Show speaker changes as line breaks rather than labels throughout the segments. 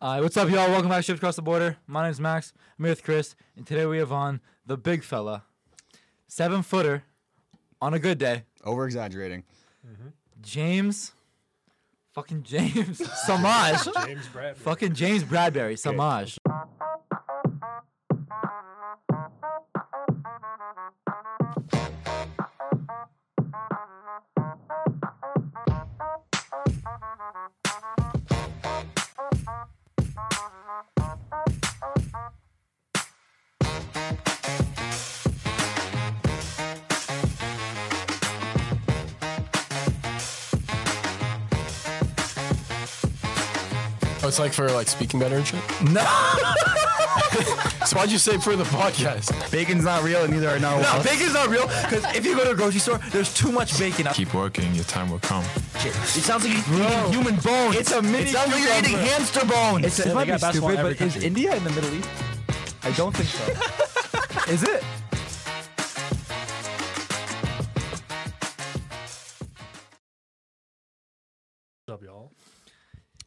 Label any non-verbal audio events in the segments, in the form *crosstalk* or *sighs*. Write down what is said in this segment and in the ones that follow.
Uh, what's up, y'all? Welcome back to Shift Across the Border. My name's Max. I'm here with Chris, and today we have on the big fella, seven footer, on a good day,
Over exaggerating.
James, fucking James,
*laughs*
Samaj,
James Bradford.
fucking James Bradbury, Samaj.
Oh, it's like for like speaking better and shit.
No,
So why'd you say for the *laughs* podcast?
Bacon's not real, and neither are not.
no, bacon's not real. Because if you go to a grocery store, there's too much bacon. Up.
Keep working, your time will come.
It sounds like you're eating human bone.
It's a mini
It sounds like you're eating
cucumber.
hamster bone.
It's a,
Yeah,
it
they
might
got
be
basketball
stupid,
in every
but is
country.
India in the Middle East? I don't think so. *laughs* is it?
What's up, y'all?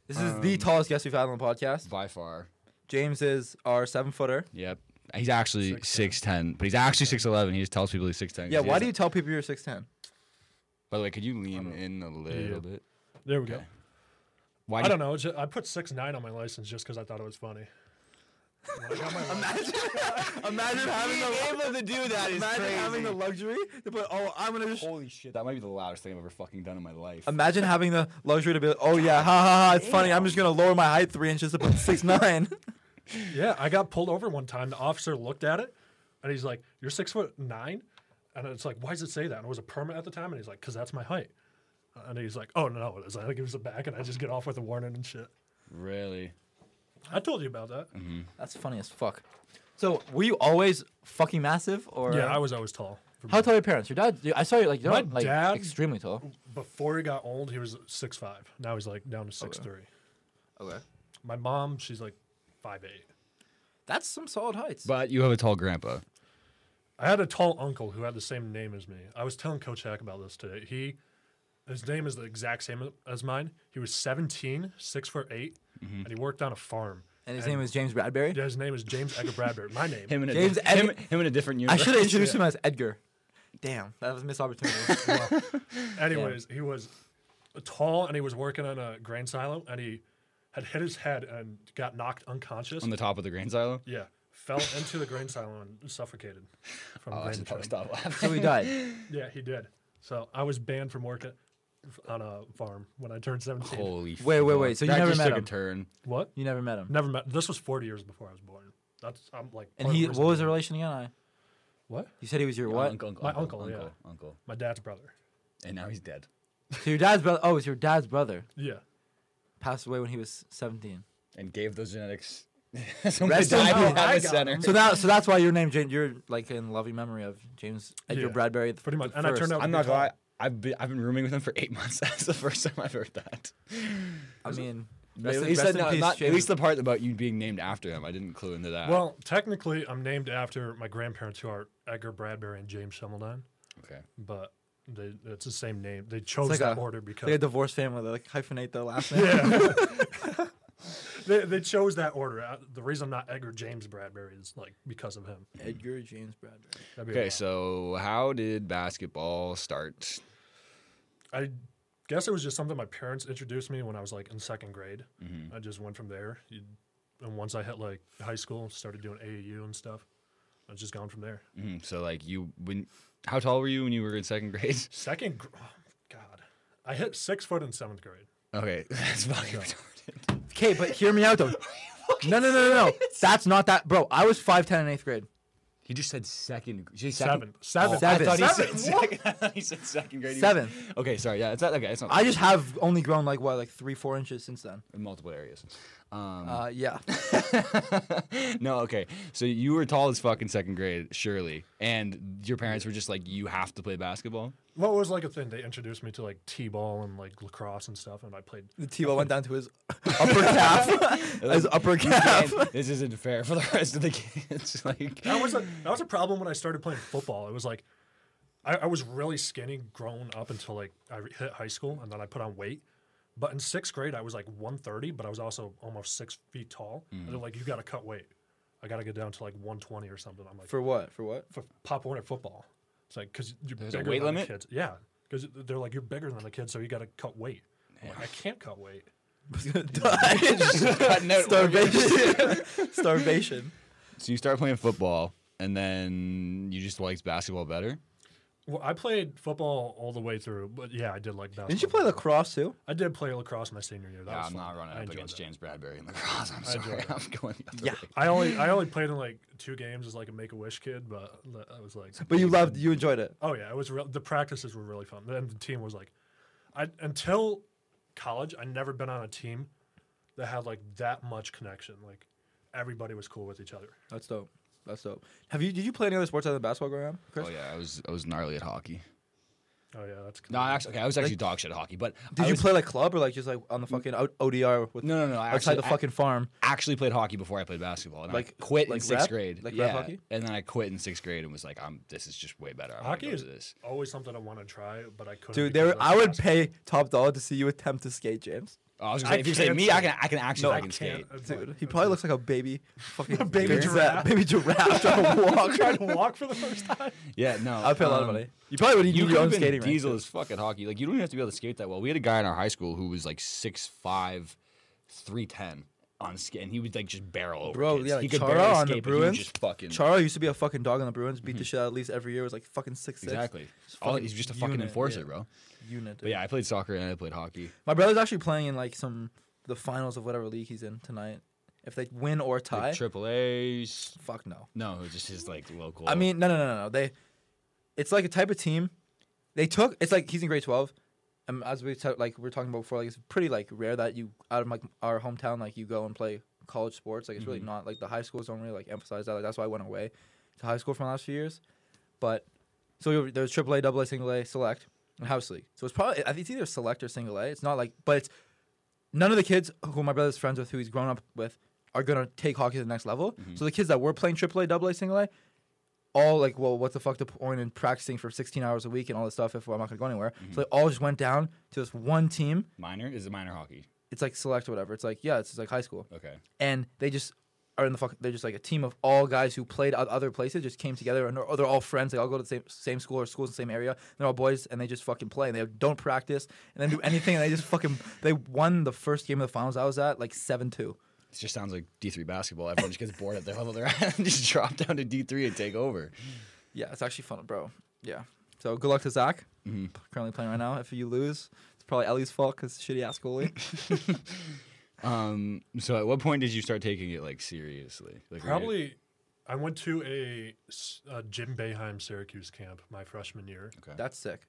This is
Um,
the tallest guest we've had on the podcast.
by far.
James is our seven footer.
Yep. He's actually six ten, but he's actually six eleven. He just tells people he's six ten.
Yeah, why do you tell people you're six ten?
By the way, could you lean in a little bit?
There we go.
Why?
I don't know. Just, I put six nine on my license just because I thought it was funny. When I got my license-
Imagine having the
able to do that is
imagine having the luxury to put oh I'm gonna just
Holy shit! That might be the loudest thing I've ever fucking done in my life.
imagine having the luxury to be like, oh yeah ha ha ha it's funny I'm just gonna lower my height three inches to put *laughs* six nine.
yeah, I got pulled over one time. The officer looked at it, and he's like, "You're six foot nine? and it's like, "Why does it say that?" And it was a permit at the time, and he's like, "Cause that's my height." And he's like, "Oh no!" It's like, I give us it back, and I just get off with a warning and shit.
really?
I told you about that.
Mm-hmm. That's funny as fuck. So were you always fucking massive or
Yeah, I was always tall. For
How
me.
tall are your parents? Your dad? I saw you like you're
My
not, like
dad-
extremely tall.
Before he got old, he was six five. Now he's like down to six three.
Okay,
My mom, she's like five eight.
that's some solid heights.
But you have a tall grandpa.
I had a tall uncle who had the same name as me. I was telling Coach Hack about this today. He, his name is the exact same as mine. He was 17, six foot 8
Mm-hmm.
and he worked on a farm.
and his name is James Bradbury.
Yeah, his name is James Edgar Bradbury.
*laughs*
My name.
Him and a
James
James
Ed-
him, him in a different
I
universe.
should have introduced him as Edgar. Damn, that was a missed
*laughs*
opportunity.
Anyways, he was tall and he was working on a grain silo and he had hit his head and got knocked unconscious.
on the top of the grain silo.
yeah, fell into the grain silo and suffocated from
Oh, I
grain
should probably
train.
*laughs* stop laughing.
so he died.
Yeah, he did. So I was banned from working on a farm when I turned 17.
Holy.
Wait, wait, wait,
fuck.
so you
that
never
just
met
took
him?
a turn.
What?
You never met him.
Never met. This was 40 years before I was born. That's I'm like.
And
part of
he,
the
what
reason
was
I'm-
the relation again? I,
What?
you said he was your what?
Uncle, uncle,
My
uncle,
uncle, yeah.
uncle, uncle.
My dad's brother.
And now he's dead.
So your dad's brother. Oh, it's your dad's brother.
Yeah.
Passed away when he was 17.
And gave those genetics. *laughs*
Rest
Somebody
in
died
peace.
without
I
a
got
center.
him.
So now, so that's why your name, James, you're like in loving memory of James Edgar
Yeah,
Bradbury. The,
pretty much.
the
And I
first.
turned out-
I'm not gonna
Guitar.
lie. I've been, I've been rooming with him for eight *laughs* months. That's the first time I've heard that.
I mean,
At
rest, in-
least,
rest
that-
in
no,
peace,
not- at
James.
least the part about you being named after him. I didn't clue into
Ah.
that.
Well, technically, I'm named after my grandparents who are Edgar Bradbury and James Shummeldine,
okay.
but they, it's the same name. They chose
like
that
a-
order
It's like a
because
divorced family. They like hyphenate their last
*laughs*
name.
they, they chose that order. Uh the reason I'm not Edgar James Bradbury is like because of him.
Edgar James Bradbury.
That'd be a
Okay.
lot.
So how did basketball start?
I guess it was just something my parents introduced me when I was like in second grade.
Mm-hmm.
I just went from there. You, and once I hit like high school, started doing AAU and stuff. I've just gone from there.
Mhm, So like you when? How tall were you when you were in second grade? *laughs*
Second, gr- oh, God, I hit six foot in seventh grade.
Okay, *laughs* that's fucking retarded.
Okay, but hear me out *laughs* though. no, no, no, no, no. That's not that, bro. I was five ten in eighth grade.
He just said second. Did you say
Seven,
second?
seven.
Seven.
I thought he
Seven,
said second. *laughs* I thought he said second grade. He was-
Seven.
Okay, sorry. Yeah, it's not okay. It's not
I just have only grown like what, like three, four inches since then.
in multiple areas. Um,
Uh, yeah.
no, okay. So you were tall as fuck in second grade, surely, and your parents were just like, "You have to play basketball."
What was like a thing? They introduced me to like t-ball and like lacrosse and stuff, and I played.
*laughs* The T-ball went down to his *laughs* upper calf. his upper
And
calf.
this isn't fair for the rest of the kids. *laughs* like,
Oh,
That was a that was a problem when I started playing football. It was like. I, I was really skinny growing up until like I re- hit high school, and then I put on weight, But in sixth grade, I was like 130, but I was also almost six feet tall. And they're like, you got to cut weight. I got to get down to like 120 or something. I'm like,
*laughs* For what? For *laughs* what?
for Pop Warner football. It's like because you're
There's a
bigger
weight
than
limit?
the kids. Yeah, because they're like you're bigger than the kids, so you got to cut weight. I'm like, I can't cut weight.
*laughs*
Cutting out
Starvation. Starvation.
So you start playing football, and then you just liked basketball better.
Well, I played football all the way through, but yeah, I did like basketball.
Didn't you play lacrosse too?
I did play lacrosse my senior year. That
Yeah,
was
I'm
fun.
not running
I
up
enjoyed
against
that.
James Bradbury *laughs* in lacrosse. I'm sorry,
enjoyed
I'm going. The other
Yeah.
way.
I only I only played in like two games as like a Make a Wish kid, but tha- I was like,
But you loved, you enjoyed it.
oh yeah, it was real. The practices were really fun, and the team was like, I until college, I'd never been on a team that had like that much connection. Like everybody was cool with each other.
That's dope. That's dope. Have you? Did you play any other sports other than basketball growing up, Chris?
Oh yeah, I was I was gnarly at hockey.
Oh yeah, that's
No, I actually, okay, I was actually dog shit at hockey, but
Did
I
you
was-
play like club or like just like on the fucking O- ODR with
No, no, no. I
outside
actually,
the
I
fucking farm?
actually played hockey before I played basketball. And
Like-
I quit in
like
sixth
rep?
grade.
Like
yeah,
rep hockey?
and then I quit in sixth grade and was like, I'm this is just way better. I wanna
Hockey
go
is
to this.
always something I want to try, but I couldn't.
Dude,
because
there.
of
I would
basketball.
pay top dollar to see you attempt to skate, James.
Oh, I was
I
gonna say, if you say
can't
me, I can I can actually
I
fucking skate.
can't. It's
Dude,
like-
he
it's
probably
like-
looks like a baby, *laughs* fucking
baby
Who's
giraffe.
that? baby giraffe *laughs* trying to walk.
trying to walk
*laughs*
for the first time.
Yeah, no.
I'd pay a lot of
um,
money. You probably would
You
need
could
your own
have been
skating rink.
diesel as fuck at hockey. Like you don't even have to be able to skate that well. We had a guy in our high school who was like 6'5", 310 on skate, and he would like just barrel over.
Bro,
kids.
yeah, like
he could
Chara
barely
on the
skate, but he would
Bruins.
just fucking
Charo used to be a fucking dog on the Bruins, beat the shit out at least every year. It was like fucking six six.
Mm-hmm. exactly. All, he's just a fucking
unit, yeah.
enforcer, bro.
Unit.
But yeah, I played soccer and I played hockey.
My brother's actually playing in like some the finals of whatever league he's in tonight. If they win or tie,
Like, Triple A's.
fuck no.
No, it was just his like local.
I mean, no, no, no, no, no. They, it's like a type of team. They took. It's like he's in grade twelve. Um, as we ta- like we were talking about before, like it's pretty like rare that you out of like our hometown, like you go and play college sports. Like it's really not like the high schools don't really like emphasize that. Like that's why I went away to high school for the last few years. But so there's triple A, double A, single A, select, and house league. So it's probably I think it's either select or single A. It's not like, but it's none of the kids who my brother's friends with, who he's grown up with, are gonna take hockey to the next level. So the kids that were playing triple A, double A, single A, all like, well, what the fuck the point in practicing for 16 hours a week and all this stuff if I'm not gonna go anywhere? So they all just went down to this one team.
minor is it minor hockey?
It's like select or whatever. It's like yeah, it's just like high school,
Okay.
and they just are in the fuck. They're just like a team of all guys who played at other places, just came together, and they're, they're all friends. They all go to the same same school or schools in the same area. They're all boys, and they just fucking play. And they don't practice and then do anything. and they just fucking they won the first game of the finals I was at like seven two.
It just sounds like D three basketball. Everyone just gets bored at the level they're at *laughs* and just drop down to D three and take over.
Yeah, it's actually fun, bro. Yeah. So good luck to Zach. Currently playing right now. If you lose, it's probably Ellie's fault because shitty ass goalie.
Um. So at what point did you start taking it like seriously? Like were you-
Probably, I went to a, s- uh Jim Beheim Syracuse camp my freshman year.
Okay.
That's sick.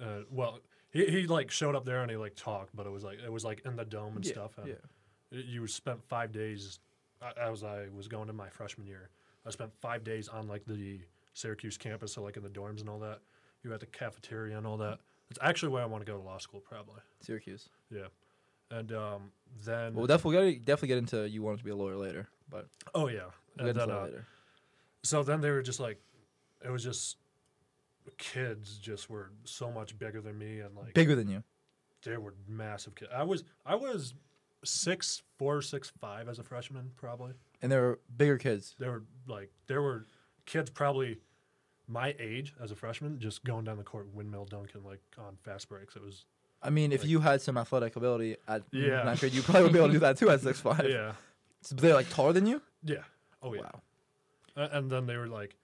Uh, well, he, he like showed up there and he like talked, but it was like it was like in the dome and
Yeah,
stuff. And
yeah.
it- You spent five days a- as I was going to my freshman year. I spent five days on like the Syracuse campus, so like in the dorms and all that. You had the cafeteria and all that. It's actually where I want to go to law school, probably.
Syracuse.
Yeah, and um, then
Well, definitely gotta definitely get into you wanted to be a lawyer later, but
oh yeah,
we'll
and
get into
then
that
uh,
later.
so then they were just like it was just kids just were so much bigger than me and like
Bigger than you.
they were massive kids i was i was six four six five as a freshman probably
And there were bigger kids.
there were like there were kids probably my age as a freshman just going down the court windmill dunking like on fast breaks
*laughs*
it was
I mean, if
Like-
you had some athletic ability at
Yeah.
ninth grade, you probably would be able to do that too at six five.
*laughs* yeah
So they're like taller than you?
yeah oh yeah
Wow.
A- and then they were like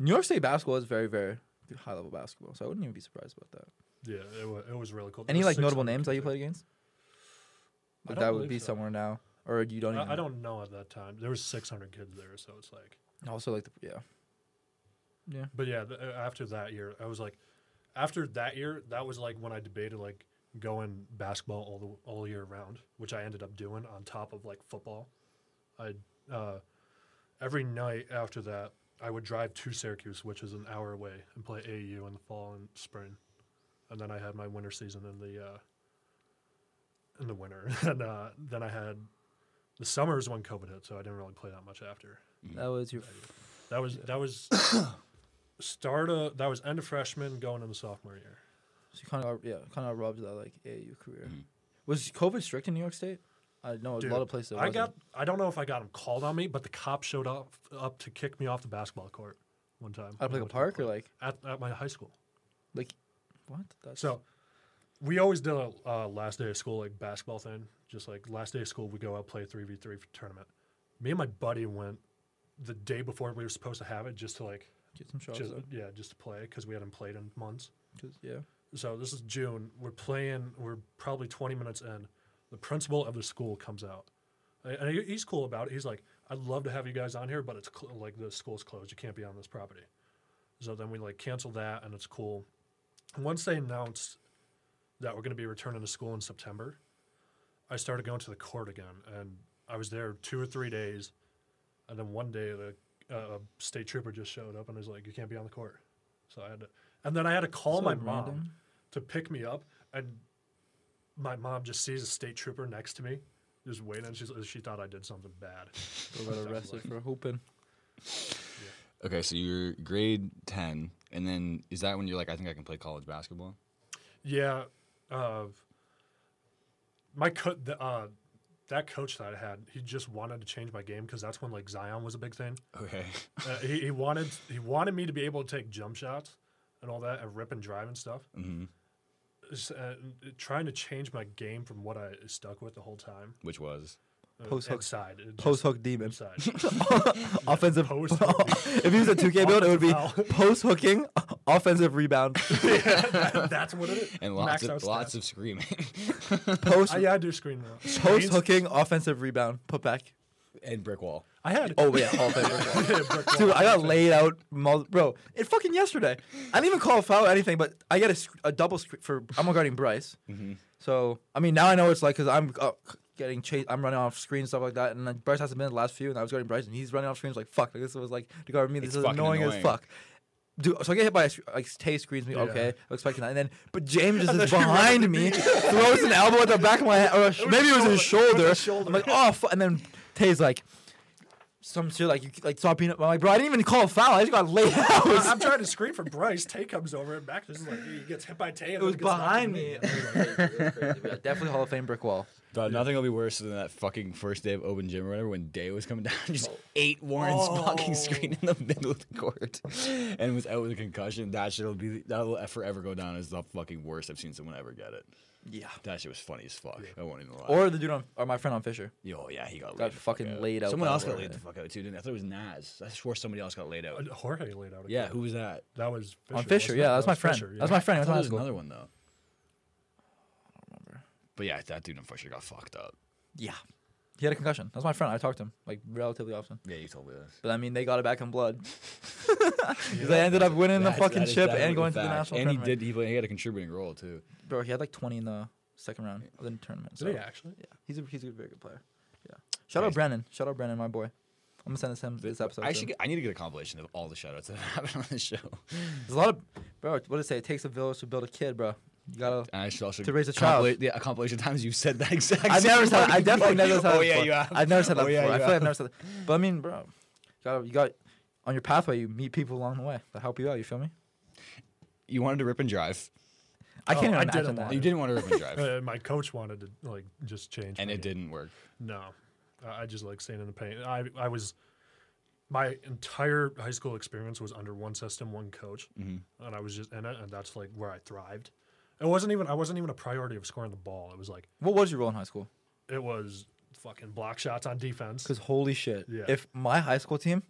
New York State basketball is very, very good high level basketball. So I wouldn't even be surprised about that.
yeah it was, it was really cool
Any
There were
like notable
600
names that you
kids
played against?
I
Like
don't
that would
believe
be
so.
somewhere now. Or you don't
there.
even
I, I
know?
don't know at that time there was 600 kids there so it's like
also like the yeah. Yeah.
But yeah, th- uh, after that year, I was like, after that year, that was like when I debated like going basketball all the all year round, which I ended up doing on top of like football. I uh, every night after that, I would drive to Syracuse, which is an hour away, and play AU in the fall and spring, and then I had my winter season in the uh, in the winter, *laughs* and uh, then I had the summers when COVID hit, so I didn't really play that much after.
That was your
That was that was start of that was end of freshman going into sophomore year.
So you kind of yeah, kind of robbed that like AAU career. Was COVID strict in New York State? I know a
Dude,
lot of places. it
I
wasn't.
got. I don't know if I got him called on me, but the cop showed up up to kick me off the basketball court one time.
out of like a park or like
at, at my high school.
like what? That's
So we always did a uh, last day of school like basketball thing. Just like last day of school, we go out play three v three tournament. Me and my buddy went the day before we were supposed to have it, just to like,
get some shots.
just,
though,
yeah, just to play because we hadn't played in months.
'cause- yeah.
So this is June. We're playing. We're probably 20 minutes in. The principal of the school comes out, and and he- he's cool about it. He's like, "I'd love to have you guys on here, but it's cl- like the school's closed. You can't be on this property." So then we like cancel that, and it's cool. And Once they announced that we're going to be returning to school in September, I started going to the court again, and I was there two or three days, and then one day the uh, state trooper just showed up and was like, "You can't be on the court." So I had to, and then I had to call
So
my mom
random.
to pick me up, and my mom just sees a state trooper next to me, just waiting. And she's, she thought I did something bad.
They got
*laughs*
arrested for hooping.
Okay, so you're grade ten, and then is that when you're like, I think I can play college basketball?
Yeah, uh, my co- the, uh, that coach that I had, he just wanted to change my game because that's when like Zion was a big thing.
Okay.
Uh, he, he wanted he wanted me to be able to take jump shots and all that and rip and drive and stuff.
hmm
S- uh, n- trying to change my game from what I stuck with the whole time.
Which was
Uh,
Post hook-
inside, uh, just
Post hook demon.
inside.
Offensive.
*laughs* Post hook.
*laughs* if he was a 2K build, it would be
Offensive
post hooking, *laughs* offensive
*laughs*
rebound,
that's what it is.
and lots
Maxed
of
out
lots
stats.
of screaming.
post
I, yeah, I do screen now.
*laughs* post
Screens?
hooking, offensive rebound, put back.
and brick wall.
I had. *laughs* uh,
Oh yeah, all favor.
Yeah, brick
*laughs*
wall.
Dude, I got laid out, mul- bro. It fucking yesterday. I didn't even call a foul or anything, but I get a, sc- a double sc- for I'm guarding Bryce.
Mm-hmm.
So I mean, now I know what it's like because I'm uh, getting chased. I'm running off screen and stuff like that, and then Bryce hasn't been in the last few, and I was guarding Bryce, and he's running off screens like fuck. Like, this was like to guard me. This
It's
is
fucking
annoying, as
annoying.
fuck. Dude, so I get hit by a, sc- like Tay screens me.
Yeah.
Okay, I'm expecting that, and then but
*laughs*
James just
And
is
then you run
behind
into
me,
me.
throws an elbow at the back of my head, or a sh-
was
maybe it was his
shoulder.
shoulder.
It was his
I'm
shoulder.
like, oh, fu-" and then Tay's like some shit like you like stop being. I'm like, bro, I didn't even call a foul. I just got laid out. *laughs*
I- I'm trying to screen for Bryce. Tay comes over and back. This is like he gets hit by Tay. And
It was
then gets knocked
behind
to
me. Definitely Hall of Fame brick wall.
But nothing will be worse than that fucking first day of open gym or whatever when Day was coming *laughs* down and just ate Warren's fucking screen in the middle of the court and was out with a concussion. That shit will be that will forever go down as the fucking worst I've seen someone ever get it.
Yeah.
That shit was funny as fuck. I won't even lie.
Or the dude on, or my friend on Fisher.
oh yeah, he got,
Got
laid the fuck
fucking
out.
laid out
Someone
by
else got
Warren.
laid the fuck out too. Didn't I? I thought it was Nas. I swore somebody else got laid out.
Uh, Jorge laid out. A
Yeah,
kick.
who was that?
that was Fisher,
on Fisher,
wasn't it?
yeah, that was my friend.
Fisher,
That was
yeah.
my friend.
I
It was in
thought there
high
was
school.
another one though. But yeah, that dude on Fisher got fucked up.
Yeah, he had a concussion. That was my friend. I talked to him like relatively often.
Yeah, you told me this.
But I mean, they got it back in blood. *laughs* 'Cause they ended up winning the fucking chip and going to the national
And
tournament.
he did. He, played, he had a contributing role too.
Bro, he had like 20 in the second round of the tournament. So
Did he actually?
yeah, he's a he's a very good player. Yeah. Shout out
Crazy.
Brennan. Shout out Brennan, my boy. I'm gonna send this him this episode.
I
soon.
should. Get, I need to get a compilation of all the shoutouts that *laughs* happened on this show.
There's a lot of bro. What did it say? It takes a village to build a kid, bro. You gotta.
And I should also
To raise a child.
compila- yeah, a compilation of times you've said that *laughs* exact.
I've
same
never said. I
fucking
definitely
thing.
never said. that
Oh yeah,
before.
you have.
I've never said that
Oh, yeah,
before. I
you
feel like I've
have.
never said that. But I mean, bro, you gotta you got on your pathway. You meet people along the way that help you out. You feel me?
You wanted to rip and drive.
I
Oh,
can't
I
even
did
imagine
a
that.
lot.
You didn't want to rip
*laughs*
and drive,
Uh, my coach wanted to like just change,
and
my
it
game.
didn't work.
No, I I just like staying in the paint. I I was my entire high school experience was under one system, one coach,
Mm-hmm.
and I was just in it, and that's like where I thrived. It wasn't even I wasn't even a priority of scoring the ball. It was like
What was your role in high school?
it was fucking block shots on defense.
Because holy shit,
Yeah.
if my high school team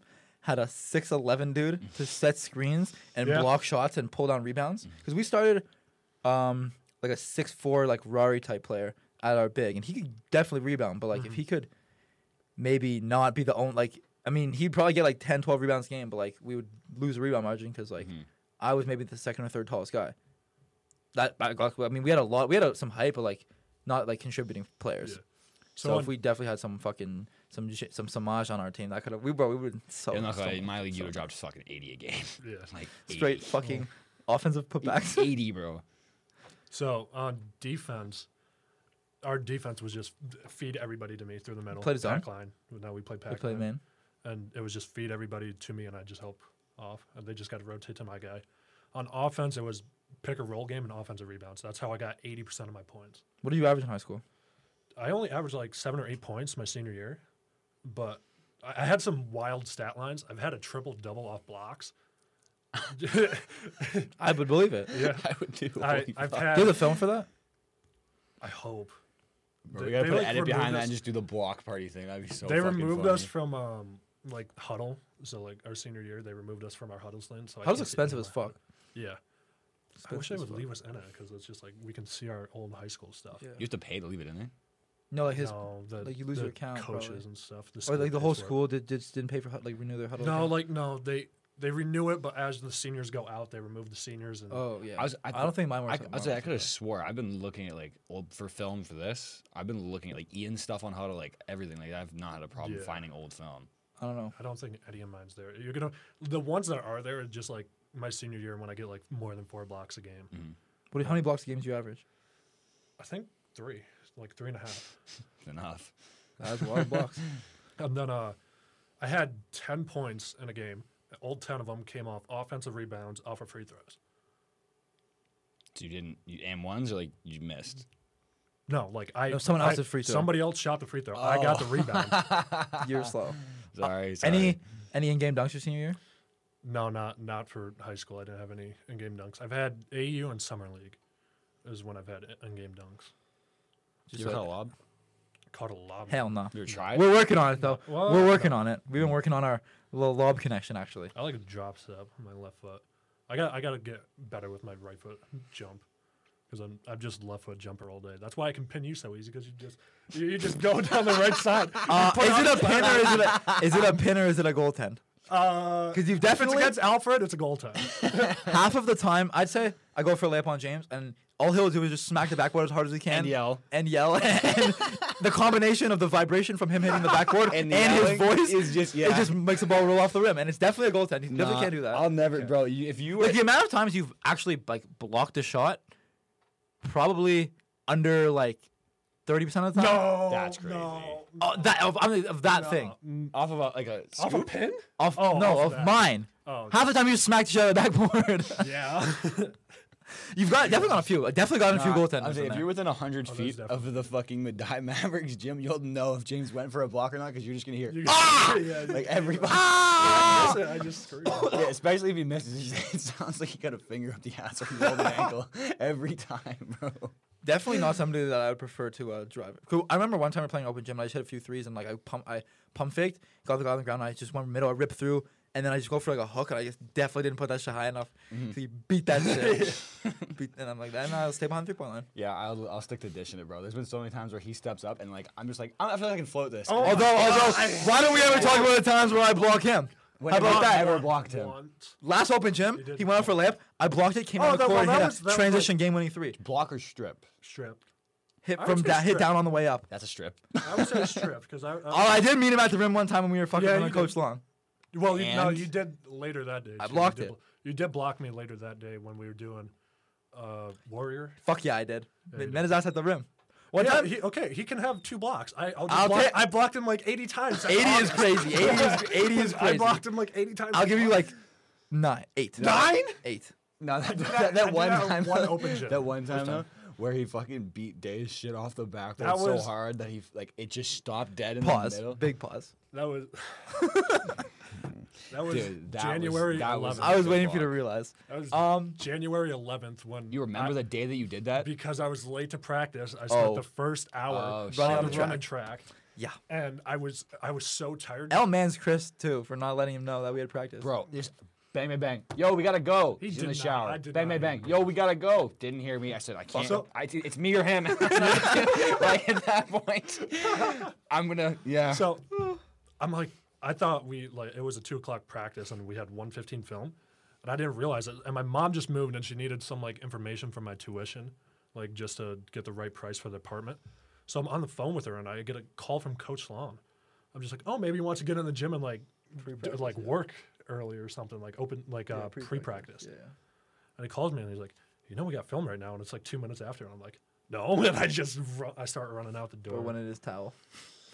had a six eleven dude to set screens and
Mm. Yeah. Mm.
block shots and pull down rebounds, because we started um, like a six four like Rari type player at our big, and he could definitely rebound, but like
Mm-hmm.
if he could maybe not be the own like I mean he'd probably get like 10, 12 rebounds a game, but like we would lose a rebound margin because like
Mm-hmm.
I was maybe the second or third tallest guy. That I got- I mean we had a lot we had a, some hype, but like not like contributing players.
Yeah.
So,
So
if
on-
we definitely had some fucking some sh- some Samaj on our team, that could have we bro we would so,
And like
Oh, so
my league, you dropped fucking eighty a game. *laughs*
yeah.
Like
straight
*laughs*
fucking offensive putbacks.
80, 80 bro. *laughs*
So on defense, our defense was just feed everybody to me through the middle.
Played his
pack line. No, we played pack
we played
line.
man.
and it was just feed everybody to me and I just help off. And they just got to rotate to my guy. On offense, it was pick a roll game and offensive rebounds. That's how I got 80% of my points.
What do you average in high school?
I only averaged like seven or eight points my senior year, but I, I had some wild stat lines. I've had a triple double off
*laughs*
blocks.
I would believe it.
yeah,
I would do.
*laughs*
I,
holy
I've
fuck.
Do you have
had.
the film for
*laughs*
that?
I hope
Bro,
they-
we gotta
they,
put
like,
an edit behind
removed
that and
us-
just do the block party thing. That'd be so.
they
fucking
removed
funny.
us from um like huddle. So like our senior year, they removed us from our huddles thing. So I
How's
can't see
expensive
any
as
of my-
fuck?
Yeah. I wish they
Expensive as
would
fuck.
leave us in it because it's just like we can see our old high school stuff.
Yeah.
You have to pay to leave it in there.
No, like his
no, the,
like, you lose
the
your account,
coaches
probably.
and stuff.
or
school
like the whole
pays for it.
school did, did didn't pay for hud- like renew their huddle.
No,
account?
like no, they they renew it, but as the seniors go out, they remove the seniors and
oh yeah.
I was. I,
I don't think mine
I,
was.
I was like, I could have swore I've been looking at like old for film for this. I've been looking at like Ian's stuff on how to like everything. Like I've not had a problem
Yeah.
finding old film.
I don't know.
I don't think any of mine's there. You're gonna the ones that are there are just like my senior year when I get like more than four blocks a game.
Mm-hmm.
What, how many blocks of games do you
*laughs*
average?
I think three, like three and a half.
Enough.
That's a lot of blocks.
And then uh, I had 10 points in a game. All 10 of them came off offensive rebounds, off of free throws.
So you didn't you and ones or like you missed.
No, like I.
No, someone else
I-
did free throw. Oh.
Somebody else shot the free throw. I got the rebound.
*laughs* You're slow.
Sorry. sorry.
Uh, Any any in game dunks your senior year?
no, not not for high school. I didn't have any in game dunks. I've had AU and Summer League is when I've had in game dunks.
You ever had a lob?
Caught a lob.
Hell no.
You ever tried?
We're working on it though.
*laughs* Well,
We're working on it. We've been working on our little lob connection actually.
I like to drop step on my left foot. I got I got to get better with my right foot jump because I'm I'm just left foot jumper all day. That's why I can pin you so easy because you just you, you just go *laughs* down
*laughs*
the right side.
Uh, is it a pin or is it a is it a pin or is it a goaltend?
Uh,
Because you've
If it's
definitely
against Alfred, it's a goal *laughs* time.
*laughs* half of the time I'd say I go for a layup on James and all he'll do is just smack the backboard as hard as he can
And yell.
and yell *laughs* and the combination of the vibration from him hitting the backboard and,
*laughs* And
his
yelling
voice
is just- yeah.
it just makes the ball roll off the rim and it's definitely a goaltend. He
Nah,
definitely can't do that.
I'll never, bro. You, if you were,
like the amount of times you've actually like blocked a shot, probably under like thirty percent of the time.
That's crazy.
Oh, that of, I mean, of that thing.
Mm. off of a, like a
Off a
scoop?
pin?
Of
Oh,
no,
off
of
that.
mine.
Oh, okay.
Half the time you smacked each other backboard. *laughs*
Yeah. *laughs*
You've got definitely got a few. Definitely got a few
Nah,
goaltenders.
I'm
in
saying, if
there.
you're within 100
Oh,
there's
feet of
definitely-
the fucking *laughs* Madai Mavericks gym, you'll know if James went for a block or not because you're just going to hear
ah! *laughs* yeah,
like everybody.
Ah!
I just- I just screamed.
Yeah, *laughs* especially if he *laughs* misses. It sounds like he got a finger up the ass or he *laughs* rolled an ankle every time, bro.
Definitely *clears throat* not somebody that I would prefer to uh, drive. Cool. I remember one time we were playing open gym and I just hit a few threes and like I pump I pump faked, got the guy on the ground, and I just went middle, I ripped through, and then I just go for like a hook and I just definitely didn't put that shit high enough. So you beat that *laughs* shit. beat, and I'm like, then I'll stay behind the three point line.
Yeah, I'll, I'll stick to dishing it, bro. There's been so many times where he steps up and like I'm just like I, don't- I feel like I can float this. Oh,
Although, although why don't we ever talk about the times where I block him?
when
How
everyone
about that?
Ever blocked him?
Once.
Last open gym,
did
he went out for a layup. I blocked it, came
Oh,
out the
that-
court,
well,
and
that
hit
was-
a
that was like-
transition game winning three.
Block or strip?
Stripped.
Hit
I
from
would say
da- hit
strip.
down on the way up.
That's a strip.
I was say stripped
*laughs*
because I. I
Oh, I did meet him at the rim one time when we were fucking
Yeah,
around
you
with Coach
did.
Long.
well, you, no,
And-
you did later that day.
I
too.
blocked
you did,
it.
bl- You did block me later that day when we were doing uh, Warrior.
Fuck yeah, I did.
you
Met his ass at the rim. One
Yeah,
time,
he, okay, he can have two blocks. I I'll just
I'll
block,
ta-
I blocked him like
*laughs*
80 times. That's
80 is
obvious.
crazy. 80 is, 80 is
*laughs* I
crazy.
blocked him like 80 times.
I'll give you like nine, eight.
Nine?
Eight.
No, *laughs* that, that,
that-
that,
I did
one
that
time,
one
though-
open gym.
that one time though, where he fucking beat Day's shit off the backboard
That
so
was-
hard that he like it just stopped dead in
Pause.
the middle.
Big pause.
That was. *laughs* that was
Dude, that was-
January
that
11th.
was-
I was
Good
waiting for you to
block.
realize.
That was
Um,
January 11th when
You remember
I-
the day that you did that?
because I was late to practice. I spent
Oh.
the first hour
Oh, shit.
running
Running
on
on
the
the
running track,
Yeah.
and I was I was so tired.
L man's Chris too for not letting him know that we had practice.
Bro, just bang, bang, bang. Yo, we gotta go.
He
He's
did
in the
not-
shower.
I did
bang, bang,
not
bang.
hear
Yo, we gotta go. Didn't hear me. I said, I can't.
Also-
I, it's me or him. *laughs* like
*laughs*
at that point, I'm gonna. Yeah.
So I'm like, I thought we like it was a two o'clock practice, and we had 1:15 film, and I didn't realize it. And my mom just moved, and she needed some like information for my tuition, like just to get the right price for the apartment. So I'm on the phone with her, and I get a call from Coach Long. I'm just like, oh, maybe he wants to get in the gym and like do, like work early or something, like open like uh, pre-practice.
Yeah.
And he calls me and he's like, "You know, we got film right now," *laughs* and it's like two minutes after, and I'm like, "No," and I just run, I start running out the door.
Or when it is towel.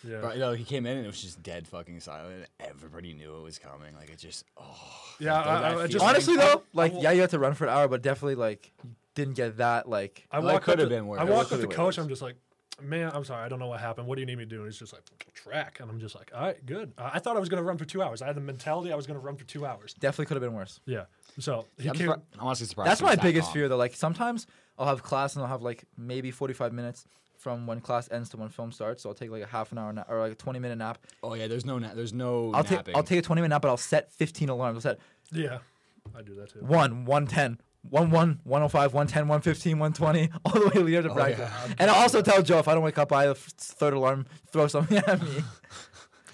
Yeah.
But you know, he came in and it was just dead fucking silent. Everybody knew it was coming. Like it just oh
Yeah,
Like,
I-
that
I- I just-
feeling-
Honestly though, like
will-
yeah, you had to run for an hour, but definitely like you didn't get that like.
I
That
walked up
could've
to-
been worse.
I
That
walked up
could've
to
been
coach.
worse.
I'm just like, man, I'm sorry. I don't know what happened. What do you need me to do? And he's just like, track. And I'm just like, all right, good. Uh, I thought I was going to run for two hours. I had the mentality I was going to run for two hours.
Definitely could have been worse.
Yeah. So he
I'm,
came.
surpri- I'm honestly surprised.
That's
he was
my
that
biggest
calm.
fear though. Like sometimes I'll have class and I'll have like maybe 45 minutes from when class ends to when film starts. So I'll take like a half an hour na- or like a 20 minute nap.
Oh yeah, there's no na- there's no
I'll
napping.
take I'll take a 20 minute nap, but I'll set 15 alarms. I'll set
Yeah. I do that too.
one, 110, 11, 105, 110, 115, 120, *laughs* all the way leader
Oh,
to practice. And I'll also tell Joe if I don't wake up by the f- third alarm, throw something *laughs* at me.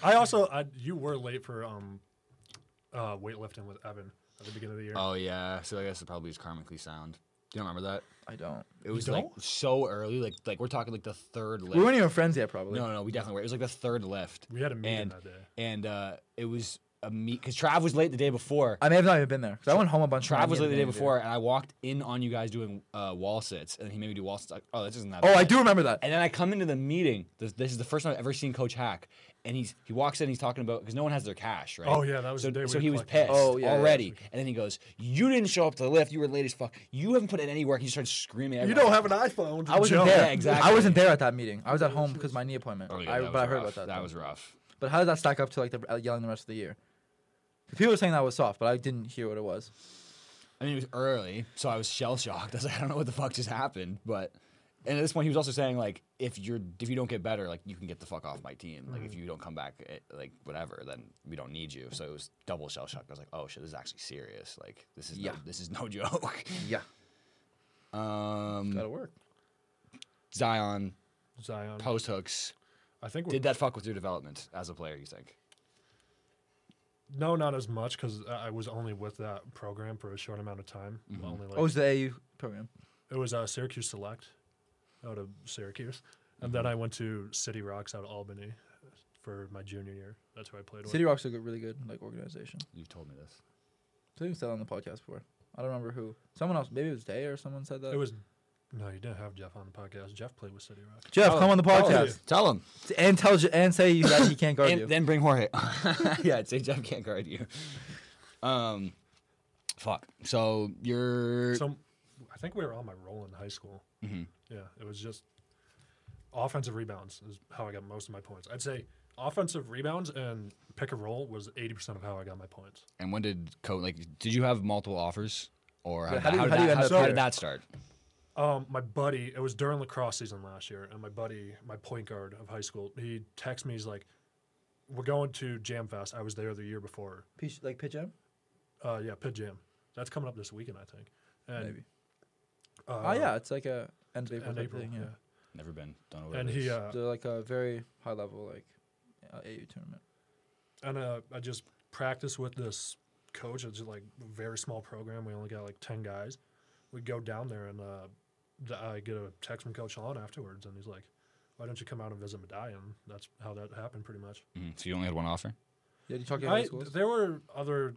I also, I, you were late for um, uh, weightlifting with Evan at the beginning of the year.
Oh yeah, so I guess it probably is karmically sound. Do you remember that?
I don't.
It was like
don't?
so early, like like we're talking like the third lift.
We weren't even friends yet, probably.
no, no, no, we definitely were. It was like the third lift.
We had a meeting
and,
that day.
and uh, it was a meet because Trav was late the day before.
I may have not even been there. 'cause I went home a bunch.
Trav
when I
was late
needed
the day
to do.
before, and I walked in on you guys doing uh, wall sits, and he made me do wall sits. Like, oh, this isn't that.
Oh, I
bad.
do remember that.
And then I come into the meeting. This, this is the first time I've ever seen Coach Hack, and he's he walks in. He's talking about because no one has their cash, right?
Oh, yeah, that was
so,
the day we
so
were
he was
collecting.
pissed
Oh, yeah, yeah,
already, and then he goes, "You didn't show up to the lift. You were late as fuck. You haven't put in any work." He starts screaming. At
You
everyone.
don't have an iPhone.
I wasn't
Joe.
there.
Yeah, exactly.
I wasn't there at that meeting. I was at home because my knee appointment.
Oh, yeah,
I,
that
but I
was
heard
rough.
about that.
That
though.
was rough.
But how does that stack up to like the uh, yelling the rest of the year? 'Cause People were saying that was soft, but I didn't hear what it was.
I mean, it was early, so I was shell shocked. *laughs* I was like, I don't know what the fuck just happened, but. And at this point, he was also saying like, if you're if you don't get better, like you can get the fuck off my team. Like
Mm.
if you don't come back, eh, like whatever, then we don't need you. So it was double shell shocked. I was like, oh shit, this is actually serious. Like this is no,
Yeah.
this is no *laughs* joke.
Yeah,
Um,
that'll work.
Zion
Zion.
post hooks.
I think we
Did that fuck with your development as a player? You think?
No, not as much because I I was only with that program for a short amount of time.
Mm-hmm.
Only like
Oh, it was the AU program.
it was uh, Syracuse Select out of Syracuse, and then I went to City Rocks out of Albany uh, for my junior year. That's who I played
City Rock's a good, really good like organization.
You've told me this.
I think we said that on the podcast before. I don't remember who. Someone else, maybe it was Day or someone said that.
with. It was no, you didn't have Jeff on the podcast. Jeff played with City Rocks.
Jeff. Come on the podcast
Oh. Tell him,
and tell J- and say you- that he can't guard you.
and then
*laughs*
bring Jorge. *laughs* yeah, I'd say Jeff can't guard you. Um, fuck. So you're
So I think we were on my roll in high school. Yeah, it was just offensive rebounds is how I got most of my points. I'd say offensive rebounds and pick and roll was eighty percent of how I got my points.
And when did co like did you have multiple offers or how,
Yeah, how do
how
you-
did
how do you
that,
end
how,
up
how
here?
did that start?
Um, my buddy, it was during lacrosse season last year, and my buddy, my point guard of high school, he texts me. He's like, "We're going to Jam Fest. I was there the year before.
Pitch- like pitch him.
Uh, yeah, Pit Jam. That's coming up this weekend, I think. And,
Maybe.
Uh,
oh yeah, it's like a end of April.
and
type
April.
thing, yeah. Oh,
yeah.
Never been. Don't know what
And
it is.
he uh,
They're like a very high level like uh, AU tournament.
and uh, I just practiced with this coach. It's like a very small program. We only got like ten guys. We go down there, and uh, th- I get a text from Coach Allen afterwards, and he's like, "Why don't you come out and visit Medallion?" That's how that happened, pretty much.
Mhm. So you only had one offer?
Yeah, you talk to
I,
high schools.
there were other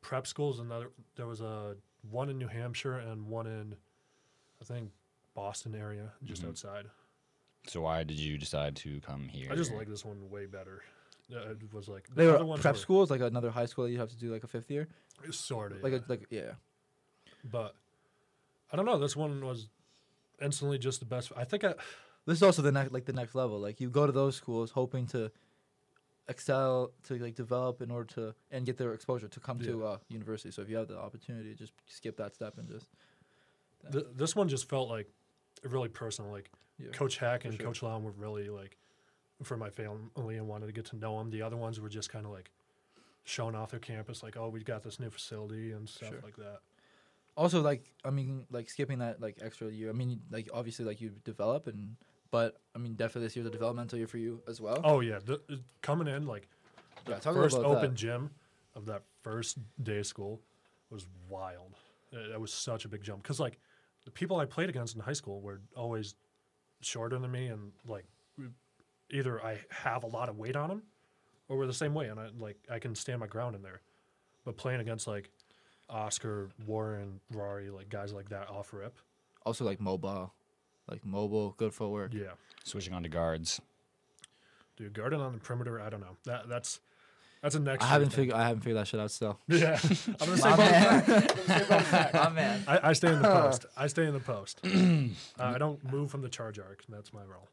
prep schools, and other, there was a one in New Hampshire and one in, I think, Boston area, just outside.
So why did you decide to come here?
I just like this one way better. Uh, it was like
They
the
were
other ones
prep
were
schools, like another high school that you have to do like a fifth year,
sort of
like a, like yeah.
but I don't know. This one was instantly just the best. I think I
This is also the next like the next level. Like you go to those schools hoping to excel to like develop in order to and get their exposure to come to
Yeah.
uh, university. So if you have the opportunity, just skip that step and just
th- this one just felt like really personal. Like
Yeah,
Coach Hack and
sure.
Coach Long were really like for my family and wanted to get to know them. The other ones were just kind of like showing off their campus, like oh we've got this new facility and stuff
Sure.
like that.
also like I mean like skipping that like extra year. I mean like obviously like you develop and but I mean definitely this year's a developmental year for you as well.
Oh yeah, the, uh, coming in like the
Yeah, talk a little
first
about that.
open gym of that first day of school was wild. Uh, That was such a big jump because like the people I played against in high school were always shorter than me and like either I have a lot of weight on them or we're the same way and I like I can stand my ground in there. But playing against like Oscar, Warren, Rari, like guys like that off rip,
Also like mobile, like mobile, good footwork.
yeah.
switching on to guards.
Dude, guarding on the perimeter, I don't know. That that's that's a next.
I
year
haven't
thing.
figured. I haven't figured that shit out still.
*laughs* Yeah,
*laughs*
I'm gonna say
My
both.
man. My man.
I, I stay in the post. I stay in the post. *clears throat* Uh, I don't move from the charge arc. That's my role.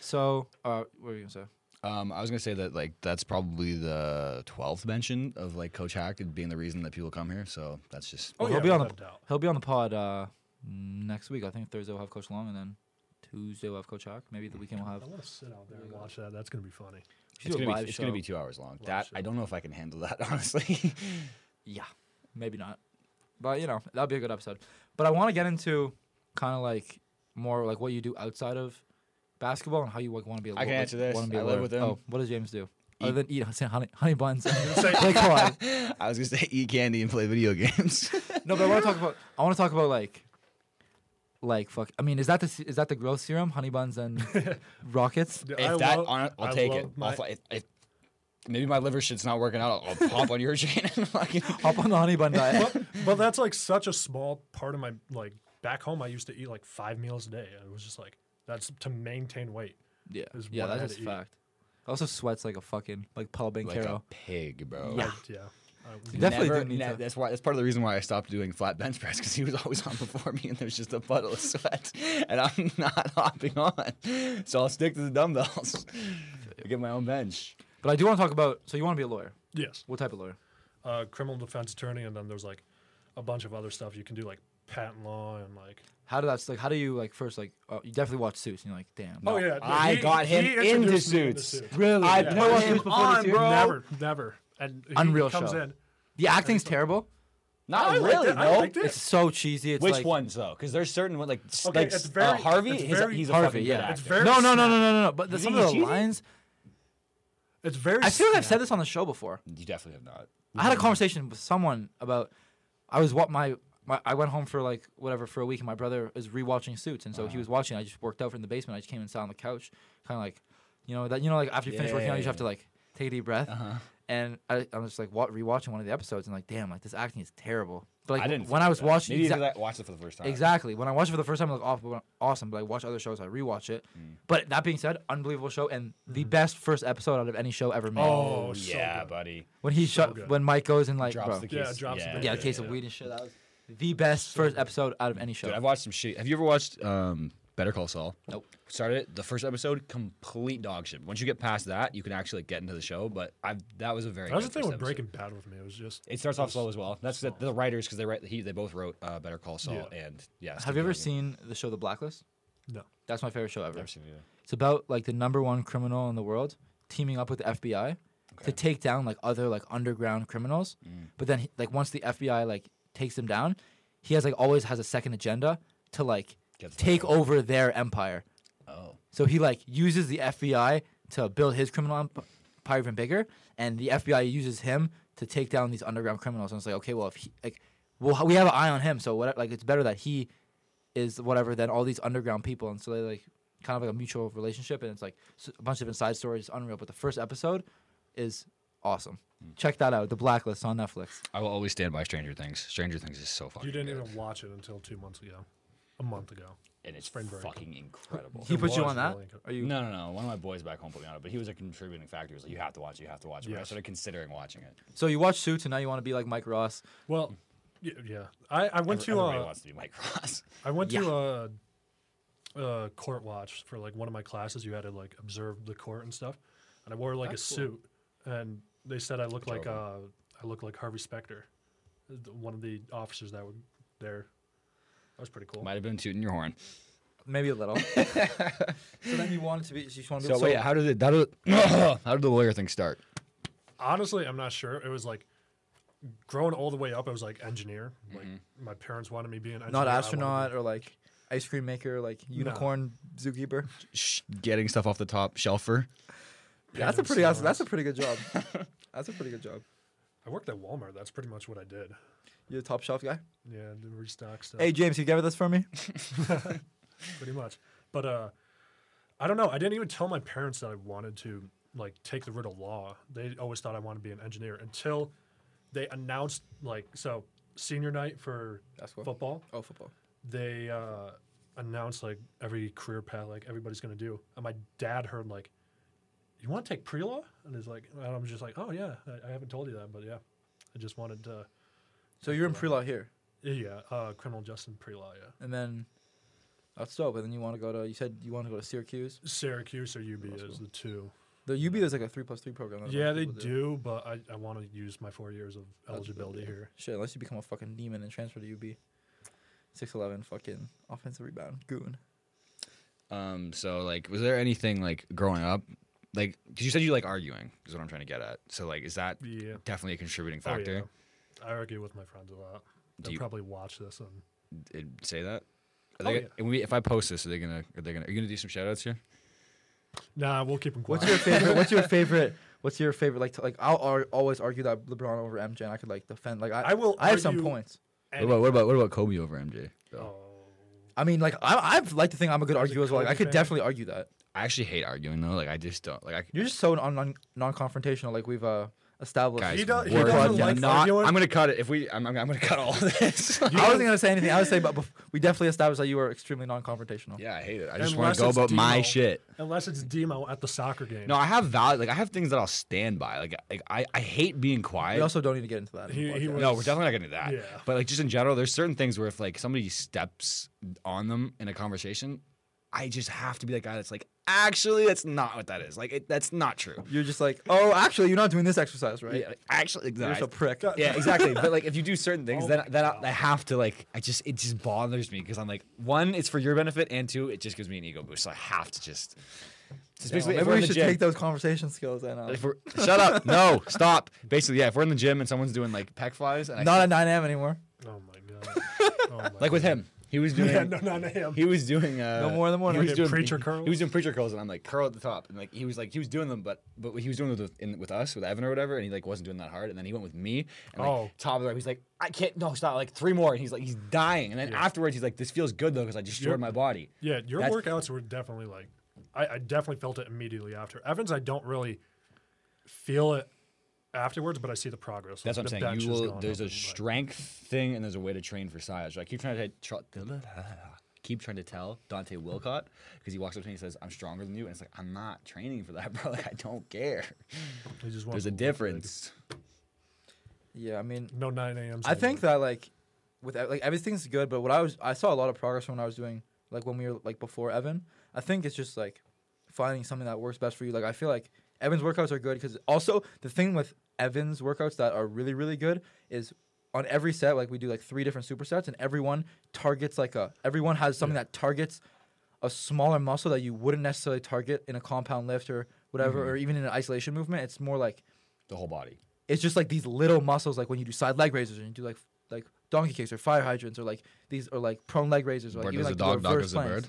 So, uh, what were you gonna say?
Oh,
Um, I was gonna say that like that's probably the twelfth mention of like Coach Hack being the reason that people come here. So that's just
Oh,
Well, he'll
yeah,
be on
without
the
doubt.
he'll be on the pod uh, next week. I think Thursday we'll have Coach Long, and then Tuesday we'll have Coach Hawk. Maybe the weekend we'll have.
I
we
want to sit out there and watch that. That's gonna be funny.
should
it's
do a
gonna be
live
it's gonna
show.
be two hours long.
Live
That I
show.
don't know if I can handle that *laughs* honestly.
Yeah, maybe not. But you know, that'll be a good episode. But I want to get into kind of like more like what you do outside of basketball and how you like want to be. A
I can
like,
answer this.
wanna Be a
I live
lawyer.
with him.
Oh, what does James do? Other
Eat.
than eat honey, honey
*laughs*
buns,
say-
play quad.
I was gonna *laughs* say eat candy and play video *laughs* games.
No, but I want to talk about. I want to talk about like, like fuck. I mean, is that the se- is that the growth serum? Honey buns
*laughs*
and rockets.
Dude, I
if that,
love-
hon- I'll
I
take
love
it.
my-
I'll
*laughs*
fly, if, if, maybe my liver shit's not working out. I'll, I'll hop on your *laughs* chain and fucking.
Hop on the honey bun diet.
but, but that's like such a small part of my like back home. I used to eat like five meals a day. It was just like that's to maintain weight.
yeah,
is
yeah,
what I
that's
had
just
to eat.
fact. Also sweats like a fucking like Paul
Like
Bancaro.
a pig, bro.
Yeah.
Like, yeah. Uh, I-
Definitely
Never-
do need
ne-
to.
That's why. That's part of the reason why I stopped doing flat bench press because he was always on before me, and there was just a puddle of sweat, *laughs* and I'm not *laughs* hopping on. So I'll stick to the dumbbells. *laughs* I get my own bench.
But I do want to talk about. So you want to be a lawyer?
yes.
What type of lawyer?
Uh, criminal defense attorney, and then there's like a bunch of other stuff you can do, like patent law and like.
How do that's like? How do you like first like? Uh, you definitely watch Suits and you're like, damn. no.
oh yeah,
I got him
introduced
into
me
suits.
Really?
I
Yeah.
put
Never watched
him
Suits before this
on,
year?
bro.
Never, never. And he
Unreal
comes
show.
in.
The acting's terrible.
Not
I liked
really.
it. I
no.
liked it.
It's so cheesy. It's
Which
like,
ones though? Because there's certain ones like s-
Okay,
like
it's
s- uh,
very-
Harvey.
it's
he's, a-
very
he's a
Harvey,
fucking good
yeah.
actor.
It's very
no, no, no, no,
snappy.
no, no, no. But the,
You
some
think
of the
it's cheesy?
lines.
It's very.
I feel like I've said
snappy.
this on the show before.
You definitely have not.
I had a conversation with someone about. I was what my. My, I went home for like whatever for a week, and my brother was rewatching Suits, and so he
Uh-huh.
was watching. I just worked out from the basement. I just came and sat on the couch, kind of like, you know that you know like after you finish working out, you just have to like take a deep breath.
Uh-huh.
And I, I was just like wa- rewatching one of the episodes, and like, damn, like this acting is terrible. But like
I didn't.
when
think
I was
that.
watching,
maybe
exa-
because I watched it for the first time.
Exactly. When I watch it for the first time, I'm like, off, but awesome. But I watch other shows, I rewatch it.
Mm.
But that being said, unbelievable show and the
Mm-hmm.
best first episode out of any show ever made.
Oh, so
yeah,
good.
buddy.
when he shut,
good.
when Mike goes and like,
Drops
bro,
the
Yeah,
case.
drops the
yeah,
Yeah,
the case of weed and shit. That was the best first episode out of any show.
Dude, I've watched some shit. Have you ever watched um, Better Call Saul?
Nope.
Started it, the first episode, complete dog shit. Once you get past that, you can actually like, get into the show. But I've that was a very.
That was the
good
thing
first
with
episode.
Breaking Bad with me. It was just.
It starts off slow as well. That's the, the writers because they write. He, they both wrote uh, Better Call Saul
Yeah.
and yeah.
Have
Steve
you ever
Rogan.
seen the show The Blacklist?
No.
That's my favorite show ever.
Never seen it. either.
It's about like the number one criminal in the world teaming up with the FBI to take down like other like underground criminals.
Mm.
But then he- like once the FBI like takes him down, he has like always has a second agenda to like
Get the
take over their empire.
Oh,
So he like uses the FBI to build his criminal emp- empire even bigger, and the FBI uses him to take down these underground criminals. And it's like, okay, well, if he like, well, we have an eye on him, so what? Like, it's better that he is whatever than all these underground people. And so they like kind of like a mutual relationship, and it's like s- a bunch of different side stories. It's unreal, but the first episode is awesome.
Hmm.
Check that out, The Blacklist on Netflix.
I will always stand by Stranger Things. Stranger Things is so fucking.
You didn't
good.
even watch it until two months ago, a month ago.
and it's
Spring Break.
fucking incredible.
He
It
put you
was
on that?
really good.
Are you?
no, no, no. One of my boys back home put me on it, but he was a contributing factor. He was like, "You have to watch it. You have to watch it." But I
Yes.
started considering watching it.
So you watch Suits, and now you want to be like Mike Ross.
Well, yeah, yeah. I, I went
Every-
to
Everybody
uh,
wants to be Mike *laughs* Ross.
I went to a, uh court watch for like one of my classes. You had to like observe the court and stuff, and I wore like a suit, and they said I looked like uh, I looked like Harvey Specter, th- one of the officers that were there. That was pretty cool.
Might have been tooting your horn.
Maybe a
*laughs*
little. so then you wanted to be. You just want to be.
So, wait, how did it? How did, *coughs* how did the lawyer thing start?
Honestly, I'm not sure. It was like growing all the way up. I was like engineer. Like my parents wanted me to be an engineer.
not
I wanted to
astronaut or like ice cream maker, like unicorn zookeeper.
Sh- getting stuff off the top shelfer.
that's a pretty
so
awesome. That's a pretty good job. that's a pretty good job.
I worked at Walmart. That's pretty much what I did.
You're a top shelf guy.
Yeah, the restock stuff.
Hey James, you gather this for me?
pretty much. But uh, I don't know. I didn't even tell my parents that I wanted to like take the route of law. They always thought I wanted to be an engineer until they announced like so senior night for
Basketball?
football.
Oh, football.
They uh, announced like every career path, like everybody's gonna do. And my dad heard like you want to take pre-law? And he's like, and I'm just like, oh yeah, I, I haven't told you that, but yeah, I just wanted to.
So you're in pre-law here,
Yeah, uh, criminal justice and pre-law. Yeah,
and then that's dope. And then you want to go to you said you want to go to Syracuse.
Syracuse or UB is the two.
The UB is like a three plus three program. that a
Yeah,
bunch of
they
people
do, but I, I want to use my four years of eligibility here.
Shit, unless you become a fucking demon and transfer to UB. Six eleven, fucking offensive rebound goon.
Um, so like, was there anything like growing up, like, because you said you like arguing, is what I'm trying to get at. So like, is that
Yeah.
definitely a contributing
Oh,
factor?
yeah. I argue with my friends a lot. They'll
you-
probably watch this and
It'd say that. Are
Oh,
they,
yeah.
and we, if I post this, are they gonna? Are they gonna? Are you gonna do some shout outs here?
Nah, we'll keep them quiet.
What's your favorite? What's your favorite? What's your favorite? Like, to, like I'll ar- always argue that LeBron over MJ. And I could like defend. Like, I,
I will
I have some
argue-
points.
What about what about what about Kobe over MJ? though?
Oh,
I mean, like, I, I've like to think I'm a good arguer as well. Like, I
Kobe
could
fan?
definitely argue that.
I actually hate arguing though. Like I just don't like. I,
You're just so non non- non-confrontational. Like we've uh established.
guys,
He don't- he
we're
doesn't like
not.
arguing.
I'm gonna cut it. If we, I'm, I'm, I'm gonna cut all this.
I wasn't gonna say anything. I was saying, but bef- we definitely established that you were extremely non-confrontational.
*laughs* yeah, I hate it. I just want
Unless
to go
it's
about my
Demo.
shit.
unless it's Demo at the soccer game.
No, I have value. Like I have things that I'll stand by. Like, like I, I hate being quiet.
We also don't need to get into that. uh, in the
He- he
podcast.
was-
No, we're definitely not gonna do that.
Yeah.
But like just in general, there's certain things where if like somebody steps on them in a conversation, I just have to be that guy that's like, actually, that's not what that is. Like it, that's not true.
You're just like, oh, actually, you're not doing this exercise, right?
Yeah, like, actually,
You're
exactly.
just a prick.
yeah, exactly. But like, if you do certain things,
Oh
then
my
then I,
God.
I have to like, I just it just bothers me because I'm like, one, it's for your benefit, and two, it just gives me an ego boost. So I have to just, just basically, if
Maybe
we're
we
in the
should
gym-
take those conversation skills and uh,
if we're, shut up, no, stop. Basically, yeah, if we're in the gym and someone's doing like pec flies, and I
not at 9 a.m. anymore.
Oh my
*laughs*
god. Oh my
like with
God.
him, he was doing
Yeah, no, not him.
He was doing uh,
No more in the morning.
He
Like
was doing
preacher
he-
curls?
He was doing preacher curls, and I'm like curl at the top, and like he was like he was doing them, but but he was doing them with in, with us with Evan or whatever, and he like wasn't doing that hard, and then he went with me, and like
Oh.
top of the rep, he's like I can't no stop like three more, and he's like he's dying, and then
Yeah.
afterwards he's like this feels good though because I destroyed
You're-
my body.
Yeah, your
That's-
workouts were definitely like, I, I definitely felt it immediately after Evans. I don't really feel it afterwards, but I see the progress.
That's
Like,
what
the
I'm saying.
bench
You
is
will.
going
There's
up
a
and, like-
strength thing, and there's a way to train for size. Right? I keep trying to tr- *laughs* keep trying to tell Dante Wilcott because he walks up to me and says, "I'm stronger than you," and it's like I'm not training for that, *laughs* bro. Like I don't care.
he just wants
There's a
to look big.
difference.
Yeah, I mean,
No nine a.m.
I think that like with ev- like everything's good, but what I was I saw a lot of progress from when I was doing like when we were like before Evan. I think it's just like finding something that works best for you. Like I feel like Evan's workouts are good because also the thing with Evan's workouts that are really really good is on every set like we do like three different supersets and everyone targets like a everyone has something that targets a smaller muscle that you wouldn't necessarily target in a compound lift or whatever or even in an isolation movement. It's more like
The whole body.
it's just like these little muscles, like when you do side leg raises and you do like like donkey kicks or fire hydrants or like these or like prone leg raises or like
Bird
even
is a
like
dog, dog
reverse
is a
planks.
bird.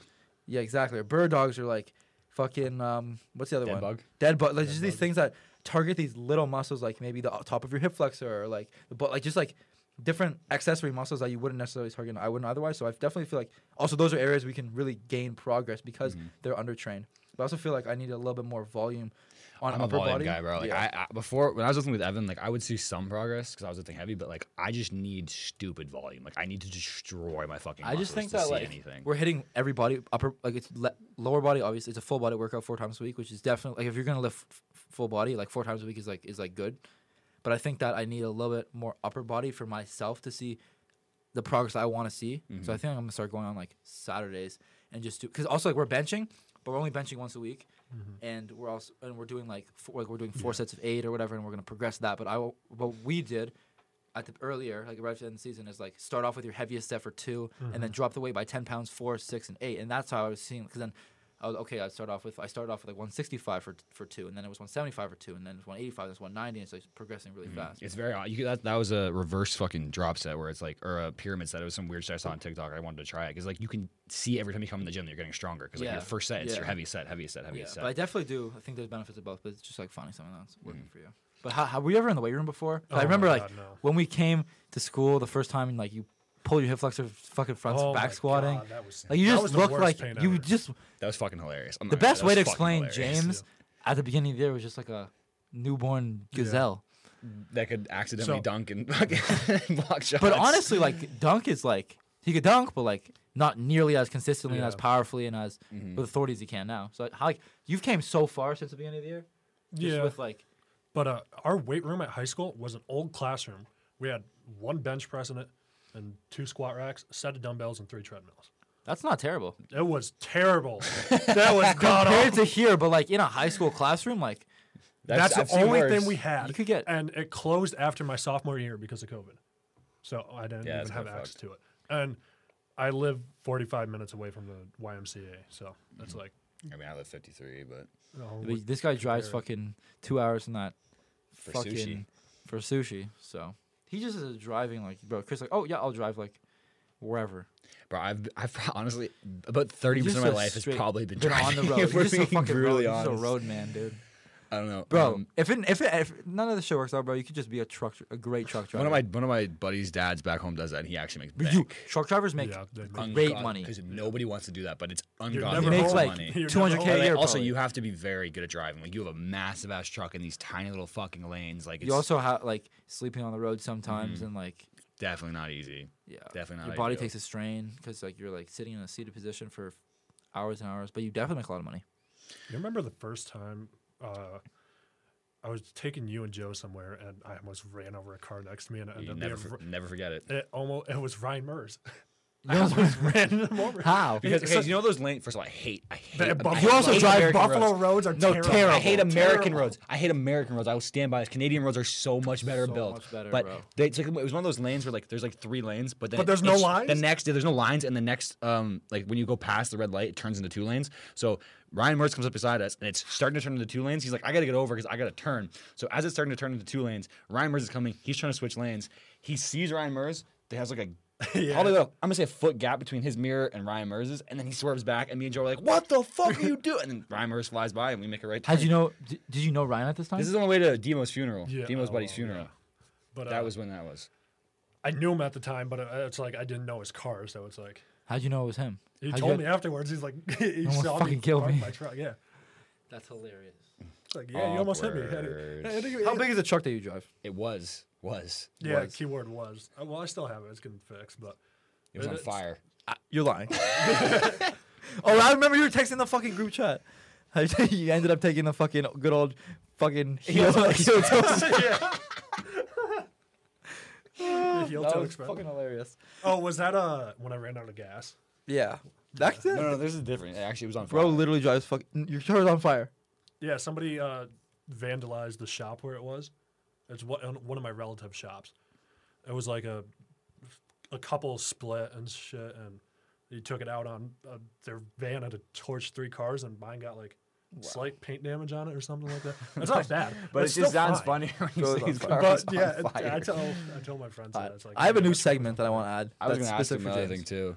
Yeah, exactly. Or bird dogs are like fucking um what's the other
Dead
one?
bug.
Dead bug. Like just these things that target these little muscles, like maybe the top of your hip flexor or like the butt, like just like different accessory muscles that you wouldn't necessarily target. and I wouldn't otherwise. So I definitely feel like also those are areas we can really gain progress because
Mm-hmm.
they're undertrained. But I also feel like I need a little bit more volume on
I'm a
upper
volume
body.
guy, bro. Like
Yeah.
I, I before when I was lifting with Evan, like I would see some progress because I was lifting heavy, but like I just need stupid volume. Like I need to destroy my fucking.
I just
muscles
think
to
that
see
like
anything.
we're hitting every body upper like it's le- lower body obviously it's a full body workout four times a week which is definitely like if you're gonna lift f- full body like four times a week is like is like good, but I think that I need a little bit more upper body for myself to see the progress I want to see. So I think I'm gonna start going on like Saturdays and just do because also like we're benching, but we're only benching once a week, and we're also and we're doing like four, like we're doing four sets of eight or whatever, and we're gonna progress that. But I will- what we did at the earlier like right at the end of the season is like start off with your heaviest set for 2 and then drop the weight by ten pounds four six and eight, and that's how I was seeing because then. I was, okay, I start off with I started off with like 165 for for two, and then it was 175 for two, and then it was 185, and it was 190, and it's like progressing really fast.
It's very odd. You, could- that, that was a reverse fucking drop set where it's like, or a pyramid set. It was some weird shit I saw on TikTok. I wanted to try it because like you can see every time you come in the gym that you're getting stronger because like
Yeah.
your first set, it's your
Yeah.
heaviest set, heaviest set,
Yeah,
heaviest
but I
set.
definitely do. I think there's benefits of both, but it's just like finding something that's working for you. But how, how were you ever in the weight room before? 'Cause
Oh my
I remember like
God, no.
when we came to school the first time, and like you pull your hip flexor fucking fronts
Oh my
back squatting.
God, that was-
like you
that
just
was the
look
worst
like
pain
you
ever.
just
That was fucking hilarious. I'm
the
not gonna-
best
that
way
was
to
fucking
explain
hilarious.
James at the beginning of the year was just like a newborn gazelle.
*laughs* that could accidentally
So-
dunk and *laughs* fucking block shots.
But honestly,
*laughs*
like Dunk is like he could dunk, but like not nearly as consistently and
Yeah.
as powerfully and as with authority as he can now. So how like you've came so far since the beginning of the year.
Just
Yeah.
with like
But uh, our weight room at high school was an old classroom. We had one bench press in it and two squat racks, a set of dumbbells, and three treadmills.
that's not terrible.
It was terrible. that was god
Compared
awful.
to here, but like in a high school classroom, like
That's,
I've
the
seen
only
worse.
thing we had.
You could get-
and it closed after my sophomore year because of COVID. So I didn't
Yeah, that's
even have
kinda
access to it. And I live 45 minutes away from the YMCA, so it's like
I mean, I live 53, but
oh,
we- this guy drives fucking two hours in that
for
fucking
sushi,
for sushi. So he just is driving like bro. Chris like oh yeah I'll drive like wherever.
bro. I've I've *laughs* pro- honestly about 30 percent of my
Just a
life has
straight-
probably been
you're
driving.
on
*laughs*
the road.
If
You're
we're
just a
being
fucking
brutally
road,
honest,
Just a road man, dude.
I don't know,
Bro,
um,
if it, if it, if none of the shit works out, bro, you could just be a truck, dr- a great truck driver.
one of my one of my buddy's dads back home does that. and He actually makes
But
bank.
you truck drivers make
Yeah, they make-
great money.
because nobody wants to do that, but it's
never
ungodly.
Makes
amounts of
like
home.
*laughs* money.
You're never
two hundred
home.
k
But,
a
like,
year.
also,
probably.
you have to be very good at driving. Like you have a massive ass truck and these tiny little fucking lanes. Like it's
you also have like sleeping on the road
Mm-hmm.
sometimes, and like
definitely not easy.
yeah,
Definitely not
Your body
ideal.
takes a strain because like you're like sitting in a seated position for hours and hours, but you definitely make a lot of
*laughs*
money.
You remember the first time uh, I was taking you and Joe somewhere, and I almost ran over a car next to me, and it
You
ended
never
up being
for- never forget it.
Ri- it almost it was Ryan *laughs* Mers.
*laughs*
I almost ran him
*laughs*
over.
How?
Because
It's
okay,
such-
you know those lanes. First of all, I hate. I hate.
That
I
Buffalo-
hate
You also
Buffalo-
drive
American
Buffalo
roads.
roads are
no
terrible.
I hate American
Terrible.
roads. I hate American roads. I will stand by this. Canadian roads are so much better
So
built.
much better,
but
bro.
They, it's like, it was one of those lanes where like there's like three lanes, but then
But there's no
it's-
lines?
The next there's no lines, and the next um like when you go past the red light, it turns into two lanes. So Ryan Mertz comes up beside us, and it's starting to turn into two lanes. He's like, I gotta get over because I gotta turn. So as it's starting to turn into two lanes, Ryan Mertz is coming. He's trying to switch lanes. He sees Ryan Mertz. There has like a
*laughs*
Probably about, I'm gonna say a foot gap between his mirror and Ryan Mers's, and then he swerves back, and me and Joe are like, "What the fuck are you doing?" And then Ryan Mers flies by, and we make a right.
How
turn.
did you know? Did, did you know Ryan at this time?
This is on the way to Demo's funeral.
Yeah,
Demo's
oh,
buddy's funeral.
But uh,
That was when that was.
I knew him at the time, but uh, it's like I didn't know his car, so it's like
How would you know it was him?
he
How'd you
told
get-
me afterwards. He's like, *laughs* he
Almost
saw
fucking
me
killed
park
me.
My truck. Yeah,
That's hilarious.
it's like yeah, you almost hit me. Had it-
Awkward.
had it-
How big is the truck that you drive?
It was was
Yeah,
was?
keyword was. Uh, well, I still have it. It's getting fixed, but
it was on
It's-
fire.
You're lying. *laughs* oh, I remember you were texting the fucking group chat. you *laughs* ended up taking the fucking good old
*laughs*
fucking heel heel toe.
the heel toe express.
hilarious.
Oh, was that uh when I ran out of gas?
Yeah. That's *laughs*
No,
it.
no, this is different. It actually was on fire.
Bro literally drives fucking. Your car's on fire.
Yeah, somebody uh, vandalized the shop where it was. It's one on one of my relative shops. It was like a a couple split and shit, and they took it out on uh, their van had to torch three cars, and mine got like slight paint damage on it or something
*laughs*
like that. It's not bad,
but it
it's
just
still
sounds *laughs*
fine.
funny when you
Bro,
say
it's
his
on
car
fire.
was
But
on
yeah, it-
fire. Uh,
I tell I tell my friends that it's like "Oh,
I have a
yeah,
new
my truck
segment that I want to add.
I was
that's
gonna ask him
specific for
another
James.
thing too.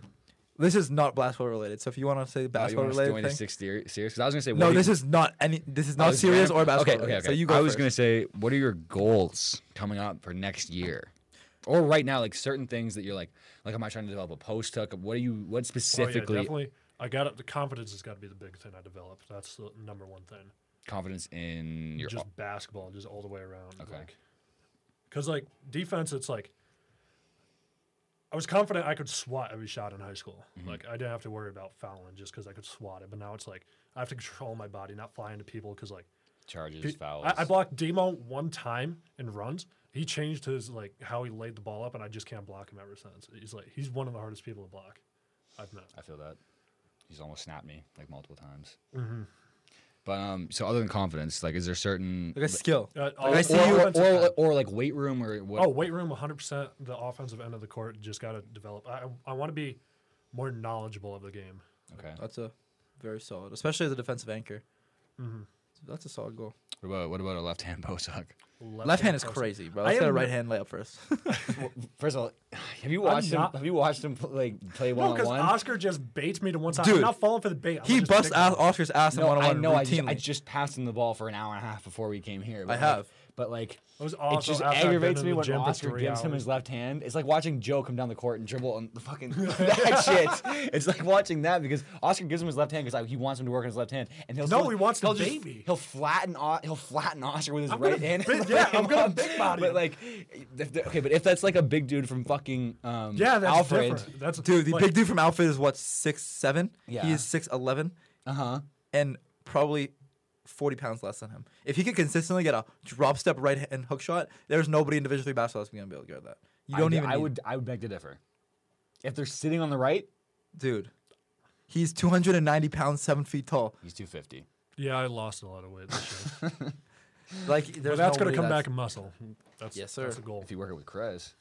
This is not basketball related. So if you want to say
Oh, you
basketball
want to
related
join
thing,
six serious? Because I was gonna say,
no,
what do
this
you-
is not any. This is
I
not
was
serious
random-
or basketball.
Okay, okay,
related,
okay.
So you go.
I was
going
gonna say, what are your goals coming up for next year, or right now? Like certain things that you're like, like, am I trying to develop a post hook? What do you? What
Oh, yeah,
specifically?
definitely. I got it. The confidence has got to be the big thing I developed. That's the number one thing.
confidence in your.
just basketball and just all the way around.
Okay.
Like, Cause like defense, it's like I was confident I could swat every shot in high school. Like I didn't have to worry about fouling just because I could swat it. But now it's like I have to control my body, not fly into people. Cause like
charges,
he-
fouls.
I, I blocked Demo one time in runs. He changed his like how he laid the ball up, and I just can't block him ever since. He's like he's one of the hardest people to block I've met.
I feel that. He's almost snapped me like multiple times. Mm-hmm. But um, so other than confidence, like, is there certain
Like a skill.
Uh,
Like, I see
or,
you-
or,
offensive
or,
end.
or, like weight room or what?
Oh, weight room, 100%. The offensive end of the court just got to develop. I, I want to be more knowledgeable of the game.
okay.
That's a very solid, especially as a defensive anchor.
Mhm.
That's a solid goal.
What about what about a left *laughs* hand post hook?
Left hand is
crossing.
crazy, bro.
I
Let's get a
am-
right hand layup first.
First of all, *sighs* have you watched him?
not-
Have you watched him like play one
No,
on
because
one?
Oscar just baits me to one side.
Dude.
I'm not falling for the bait.
*laughs*
I'm
he
just
busts
picking
ass,
him.
Oscar's ass in
No,
one on
I
one
know. I just,
routinely.
I just passed him the ball for an hour and a half before we came here. But
I
like-
have.
but like,
It was
it
awesome
just
after I've been
aggravates
in
me
the
when
gym for
Oscar
three
gives him
hours.
his left hand. It's like watching Joe come down the court and dribble on the
*laughs*
fucking that shit. It's like watching that because Oscar gives him his left hand because he wants him to work on his left hand, and he'll
No,
still-
he wants to
he'll just-
bait me.
He'll flatten O- he'll flatten Oscar with his
I'm
right
gonna
hand. *laughs*
big- yeah, I'm gonna big body
But
him.
like, if the- okay, but if that's like a big dude from fucking um,
Yeah, that's
Alfred,
different. That's
dude, the
like,
big dude from Alfred is what six seven.
Yeah.
he is six eleven
uh huh.
and probably 40 pounds less than him. If he could consistently get a drop step right hand hook shot, there's nobody in Division Three basketball that's going to be able to get that. You don't
I,
even.
I
need-
would. I would beg to differ. If they're sitting on the right,
dude. He's 290 pounds, seven feet tall.
he's 250.
Yeah, I lost a lot of weight this
*laughs*
year.
Like
but
there's
that's going
nobody
to come
that's-
back in muscle. That's,
Yes, sir.
That's the goal.
If you work it with Krez,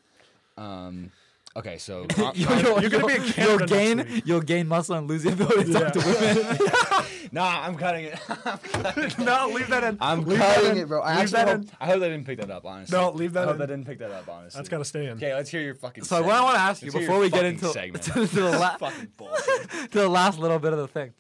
um, okay. *laughs* So Con-
You'll- *laughs*
Con-
you'll-
You're gonna be
you'll-
in Canada
You'll
next
gain,
week.
you'll gain muscle and lose the ability to talk to women.
nah, I'm cutting it.
*laughs* no, leave that in.
I'm
leave that
cutting
in.
it, bro. I
Leave
actually
that
hope,
in.
I hope they didn't pick that up, honestly.
No, leave
I
that
hope
in.
they didn't pick that up, honestly.
That's got to stay in.
Okay, let's hear your fucking.
*laughs* So what I want to ask you
Let's hear
before
your
we get
fucking
into
segment.
*laughs* to, the la-
fucking bullshit.
to *laughs* the last little bit of the thing,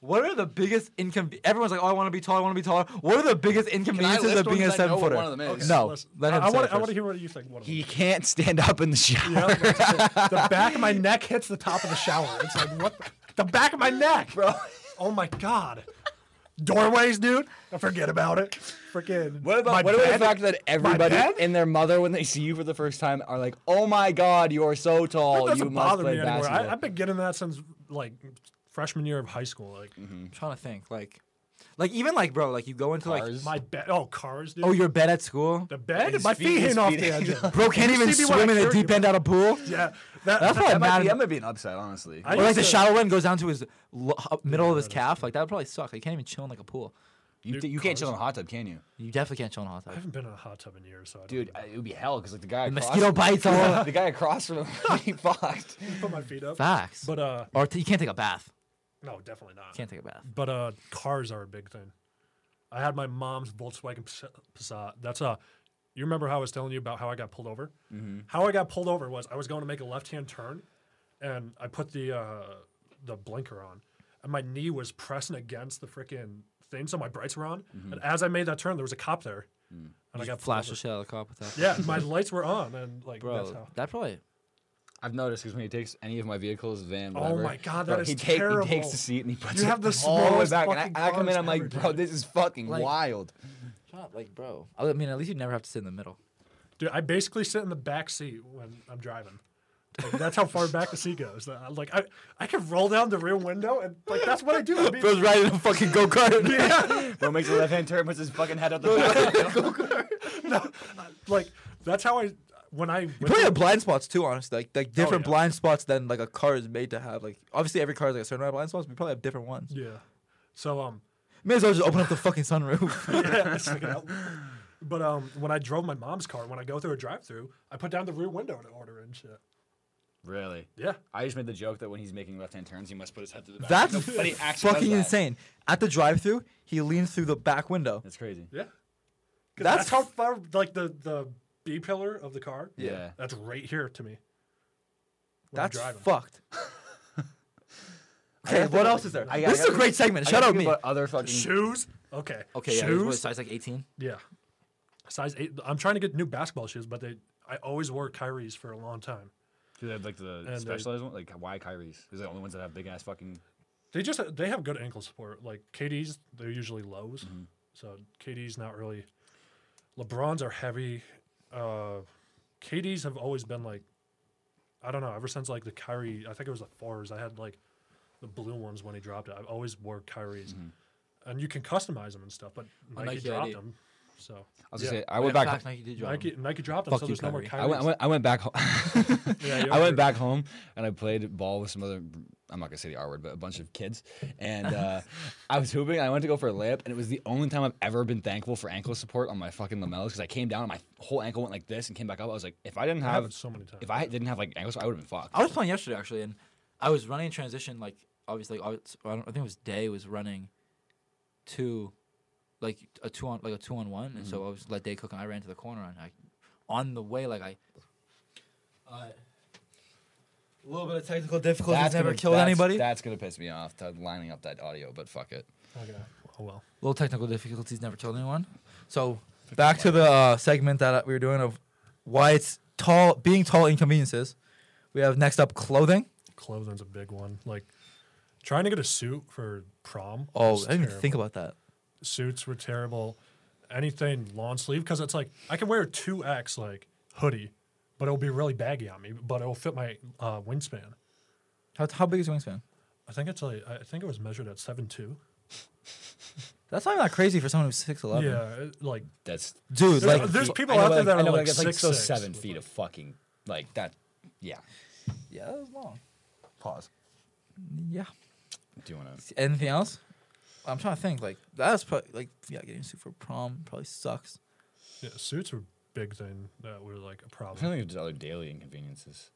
what are the biggest inconveniences? Everyone's like, "Oh, I want to be tall. I want to be taller." What are the biggest inconveniences
list
of being
ones
a
that I know
seven
what
footer?
one of them is? Okay,
No,
Let's-
let him
I, I
say
want.
it
I want to
first.
hear what you think. One of them.
He can't stand up in the shower.
Yeah,
*laughs*
the back of my neck hits the top of the shower. It's like what? The, the back of my neck, bro. Oh my god. Doorways, dude. Forget about it. Freaking.
What about
my
what about the
bed-
fact that everybody
bed?
and their mother, when they see you for the first time, are like, "Oh my God, you are so tall!
That
you
doesn't
must
bother
play
me anymore.
basketball."
I, I've been getting that since like freshman year of high school. Like
Mm-hmm.
I'm trying to think, like, like even like, bro, like you go into like,
Cars.
my bed. Oh, cars, dude.
oh, your bed at school,
the bed.
His
my
feet-
feet
his
hitting off
feet
the edge.
*laughs* hanging
bro, can't even
see me when I
swim in a
carry
deep
you.
end out of pool.
*laughs* yeah,
That's
that, that,
probably
that, might
mad.
be, that might be an upside, honestly.
I
Or like
used
the
to-
shallow end goes down to his lo- up- middle of his calf. Like that would probably suck. Like, you can't even chill in like a pool.
you
Dude,
you can't chill
cars.
in a hot tub, can you?
You definitely can't chill in a hot
I
tub.
haven't been in a hot tub in years, so I don't
Dude,
know.
I- it would be hell because like the guy
The
across
mosquito
*laughs*
bites all over.
the guy across from
*laughs*
him, *laughs* he fucked.
put my feet up.
Facts.
But uh,
or t- you can't take a bath.
no, definitely not.
Can't take a bath.
But uh, cars are a big thing. I had my mom's Volkswagen Pas- Passat. That's uh, you remember how I was telling you about how I got pulled over? How I got pulled over was I was going to make a left-hand turn, and I put the uh, the blinker on, and my knee was pressing against the freaking thing, so my brights were on. And as I made that turn, there was a cop there, and I got pulled
Flash
over.
the shell of the cop with that.
Yeah, my lights were on, and like that's
Bro,
how.
that probably
I've noticed because when he takes any of my vehicles, van,
Oh
whatever,
my God,
bro,
that is
he take-
terrible.
He takes the seat and he puts
You
it
have the
*laughs* all the way
smallest
back, and I,
fucking
I come in,
cars
I'm like,
ever,
bro,
dude."
this is fucking
Like-
*laughs*
wild.
like, bro. I mean, at least you never have to sit in the *laughs* middle.
Dude, I basically sit in the back seat when I'm driving. Like, that's how far back the seat goes. Uh, Like I, I can roll down the rear window and like that's what I do. I mean,
riding a fucking go kart. *laughs*
Bro makes a left hand turn, puts his fucking head out the
*laughs*
back.
*laughs* like that's how I when I went
Probably
to-
have blind spots too, honestly. Like like different
yeah.
blind spots than like a car is made to have. Like obviously every car has like a certain amount of blind spots, but we probably have different ones.
*laughs* yeah. So um *laughs*
May as well just open up the fucking sunroof. *laughs*
yeah, it's like an out- but um when I drove my mom's car, when I go through a drive-through, I put down the rear window to order and shit.
really?
Yeah.
I just made the joke that when he's making left hand turns, he must put his head to the back.
That's
Nobody actually does
fucking
that.
insane. At the drive-through, he leans through the back window.
That's crazy.
Yeah. 'Cause
That's-
That's, how far like the the B pillar of the car.
Yeah.
That's right here to me. when I'm
That's
driving.
fucked. okay, what else is there?
I- I
this is a
gotta-
great segment.
I
Shut
gotta
up,
think
me.
about other fucking.
Shoes? Okay.
Okay, yeah,
Shoes?
what, size like 18?
Yeah. Size eight. I'm trying to get new basketball shoes, but they I always wore Kyrie's for a long time.
Do they have like the
they-
specialized one? Like why Kyrie's? Because they're the only ones that have big ass fucking.
They just they have good ankle support. Like KD's, they're usually lows, so KD's not really. LeBrons are heavy. Uh, KD's have always been like, I don't know. Ever since like the Kyrie, I think it was the fours. I had like the blue ones when he dropped it. I've always wore Kyrie's, and you can customize them and stuff. But Nike,
Nike
dropped
ID.
them, so
I was gonna
Yeah.
say I went back.
Fact, Nike did drop
Nike Nike dropped them.
Fuck
so
you,
there's no more
Kyrie.
Kyrie's.
I went, I went. I went back *laughs* home.
Yeah, you're
I
right.
went back home and I played ball with some other. I'm not gonna say the R word, but a bunch of kids. And
*laughs*
uh, I was hooping. And I went to go for a layup, and it was the only time I've ever been thankful for ankle support on my fucking lamellas because I came down and my whole ankle went like this and came back up. I was like, if I didn't
I have Oh, it
have,
so many times.
if I didn't have like ankle support, I would have been fucked.
I was playing yesterday actually, and I was running in transition. Like obviously, like, I, was- I don't- I think it was Day was running two, like a two on like a two on one, and so I was let Day cook, and I ran to the corner, and I on the way like I. Uh, a little bit of technical difficulties never
gonna-
killed
that's-
anybody.
That's gonna piss me off. To lining up that audio, but fuck it.
okay. Oh well.
Little technical difficulties never killed anyone.
So back to the uh, segment that we were doing of why it's tall being tall inconveniences. We have next up clothing.
clothing's a big one. Like trying to get a suit for prom.
Oh,
was
I didn't even
terrible.
think about that.
suits were terrible. Anything long sleeve because it's like I can wear a two X like hoodie, but it'll be really baggy on me, but it'll fit my uh, wingspan.
How, how big is your wingspan?
I think it's like I I think it was measured at seven two.
That's not even that crazy for someone who's six eleven.
Yeah, it- like
That's
Dude,
There's-
like
there's
I
people
know,
out
but
there that
I
are
know, but
like
it's like
six,
so
six.
seven feet of fucking like that. Yeah.
yeah, that was long.
Pause.
Yeah.
Do you want to?
Anything else? I'm trying to think. Like that's probably like yeah, getting sued for prom probably sucks.
yeah, suits were big thing that were like a
I'm trying
problem.
to think of other daily inconveniences.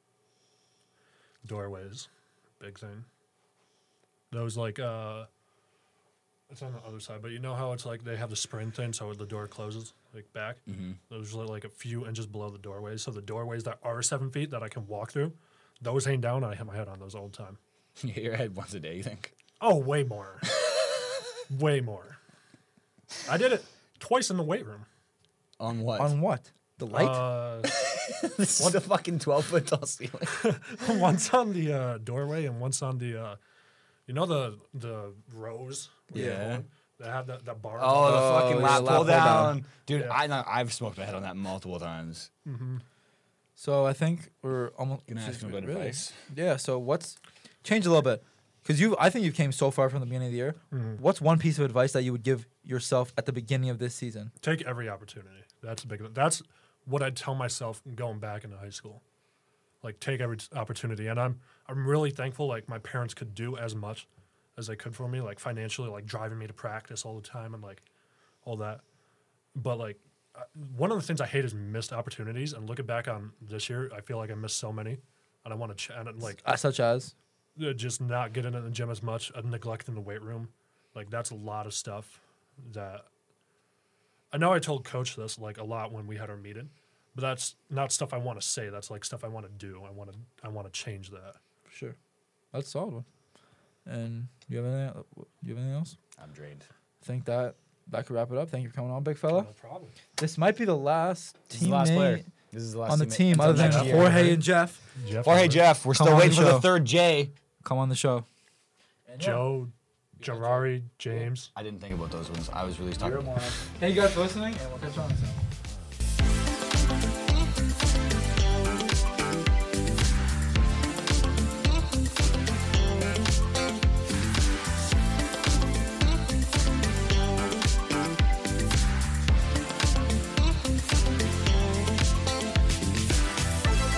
*laughs*
Doorways, big thing. Those like uh, it's on the other side, but you know how it's like they have the spring thing, so the door closes like back. Mm-hmm. Those are like a few inches below the doorways, so the doorways that are seven feet that I can walk through, those hang down. And I hit my head on those all the time.
You hit your head once a day. You think?
Oh, way more. way more. I did it twice in the weight room.
On what?
On what? The light?
Uh,
*laughs*
*laughs*
this is a fucking twelve foot tall ceiling.
once on the uh, doorway and once on the, uh, you know the the rows. where
*laughs*
you
Yeah.
hold them? They have that that bar.
Oh, the
Oh,
fucking
yeah,
lap
lap
pull
pull down.
down, dude.
Yeah.
I know, I've smoked my head on that multiple times.
so I think we're almost
Gonna ask him about
really?
advice.
Yeah. So what's change a little bit? Because you, I think you came so far from the beginning of the year.
Mm-hmm.
What's one piece of advice that you would give yourself at the beginning of this season?
Take every opportunity. That's a big. That's what I tell myself going back into high school. Like take every t- opportunity, and I'm I'm really thankful. Like my parents could do as much as they could for me, like financially, like driving me to practice all the time and like all that. But like I- one of the things I hate is missed opportunities. And looking back on this year, I feel like I missed so many, and I want to ch- and like
Uh, such as
uh, just not getting in the gym as much, uh, neglecting the weight room. Like that's a lot of stuff that I know I told coach this like a lot when we had our meeting, but that's not stuff I want to say. That's like stuff I want to do. I want to I want to change that.
sure, that's a solid one. And you have anything? uh, You have anything else?
I'm drained.
I think that that could wrap it up. Thank you for coming on, big fella.
problem.
This might be the last
This is the last player.
teammate
This is the last
on the
teammate.
team,
Until
other than
next year.
Jorge and Jeff,
Jeff
Jorge Jeff, we're
Come
still
on
waiting
the
for the
show.
third J.
come on the show.
Joe, Gerari, James.
I didn't think about those ones. I was really talking.
Thank you guys for listening, and we'll catch you on the next one.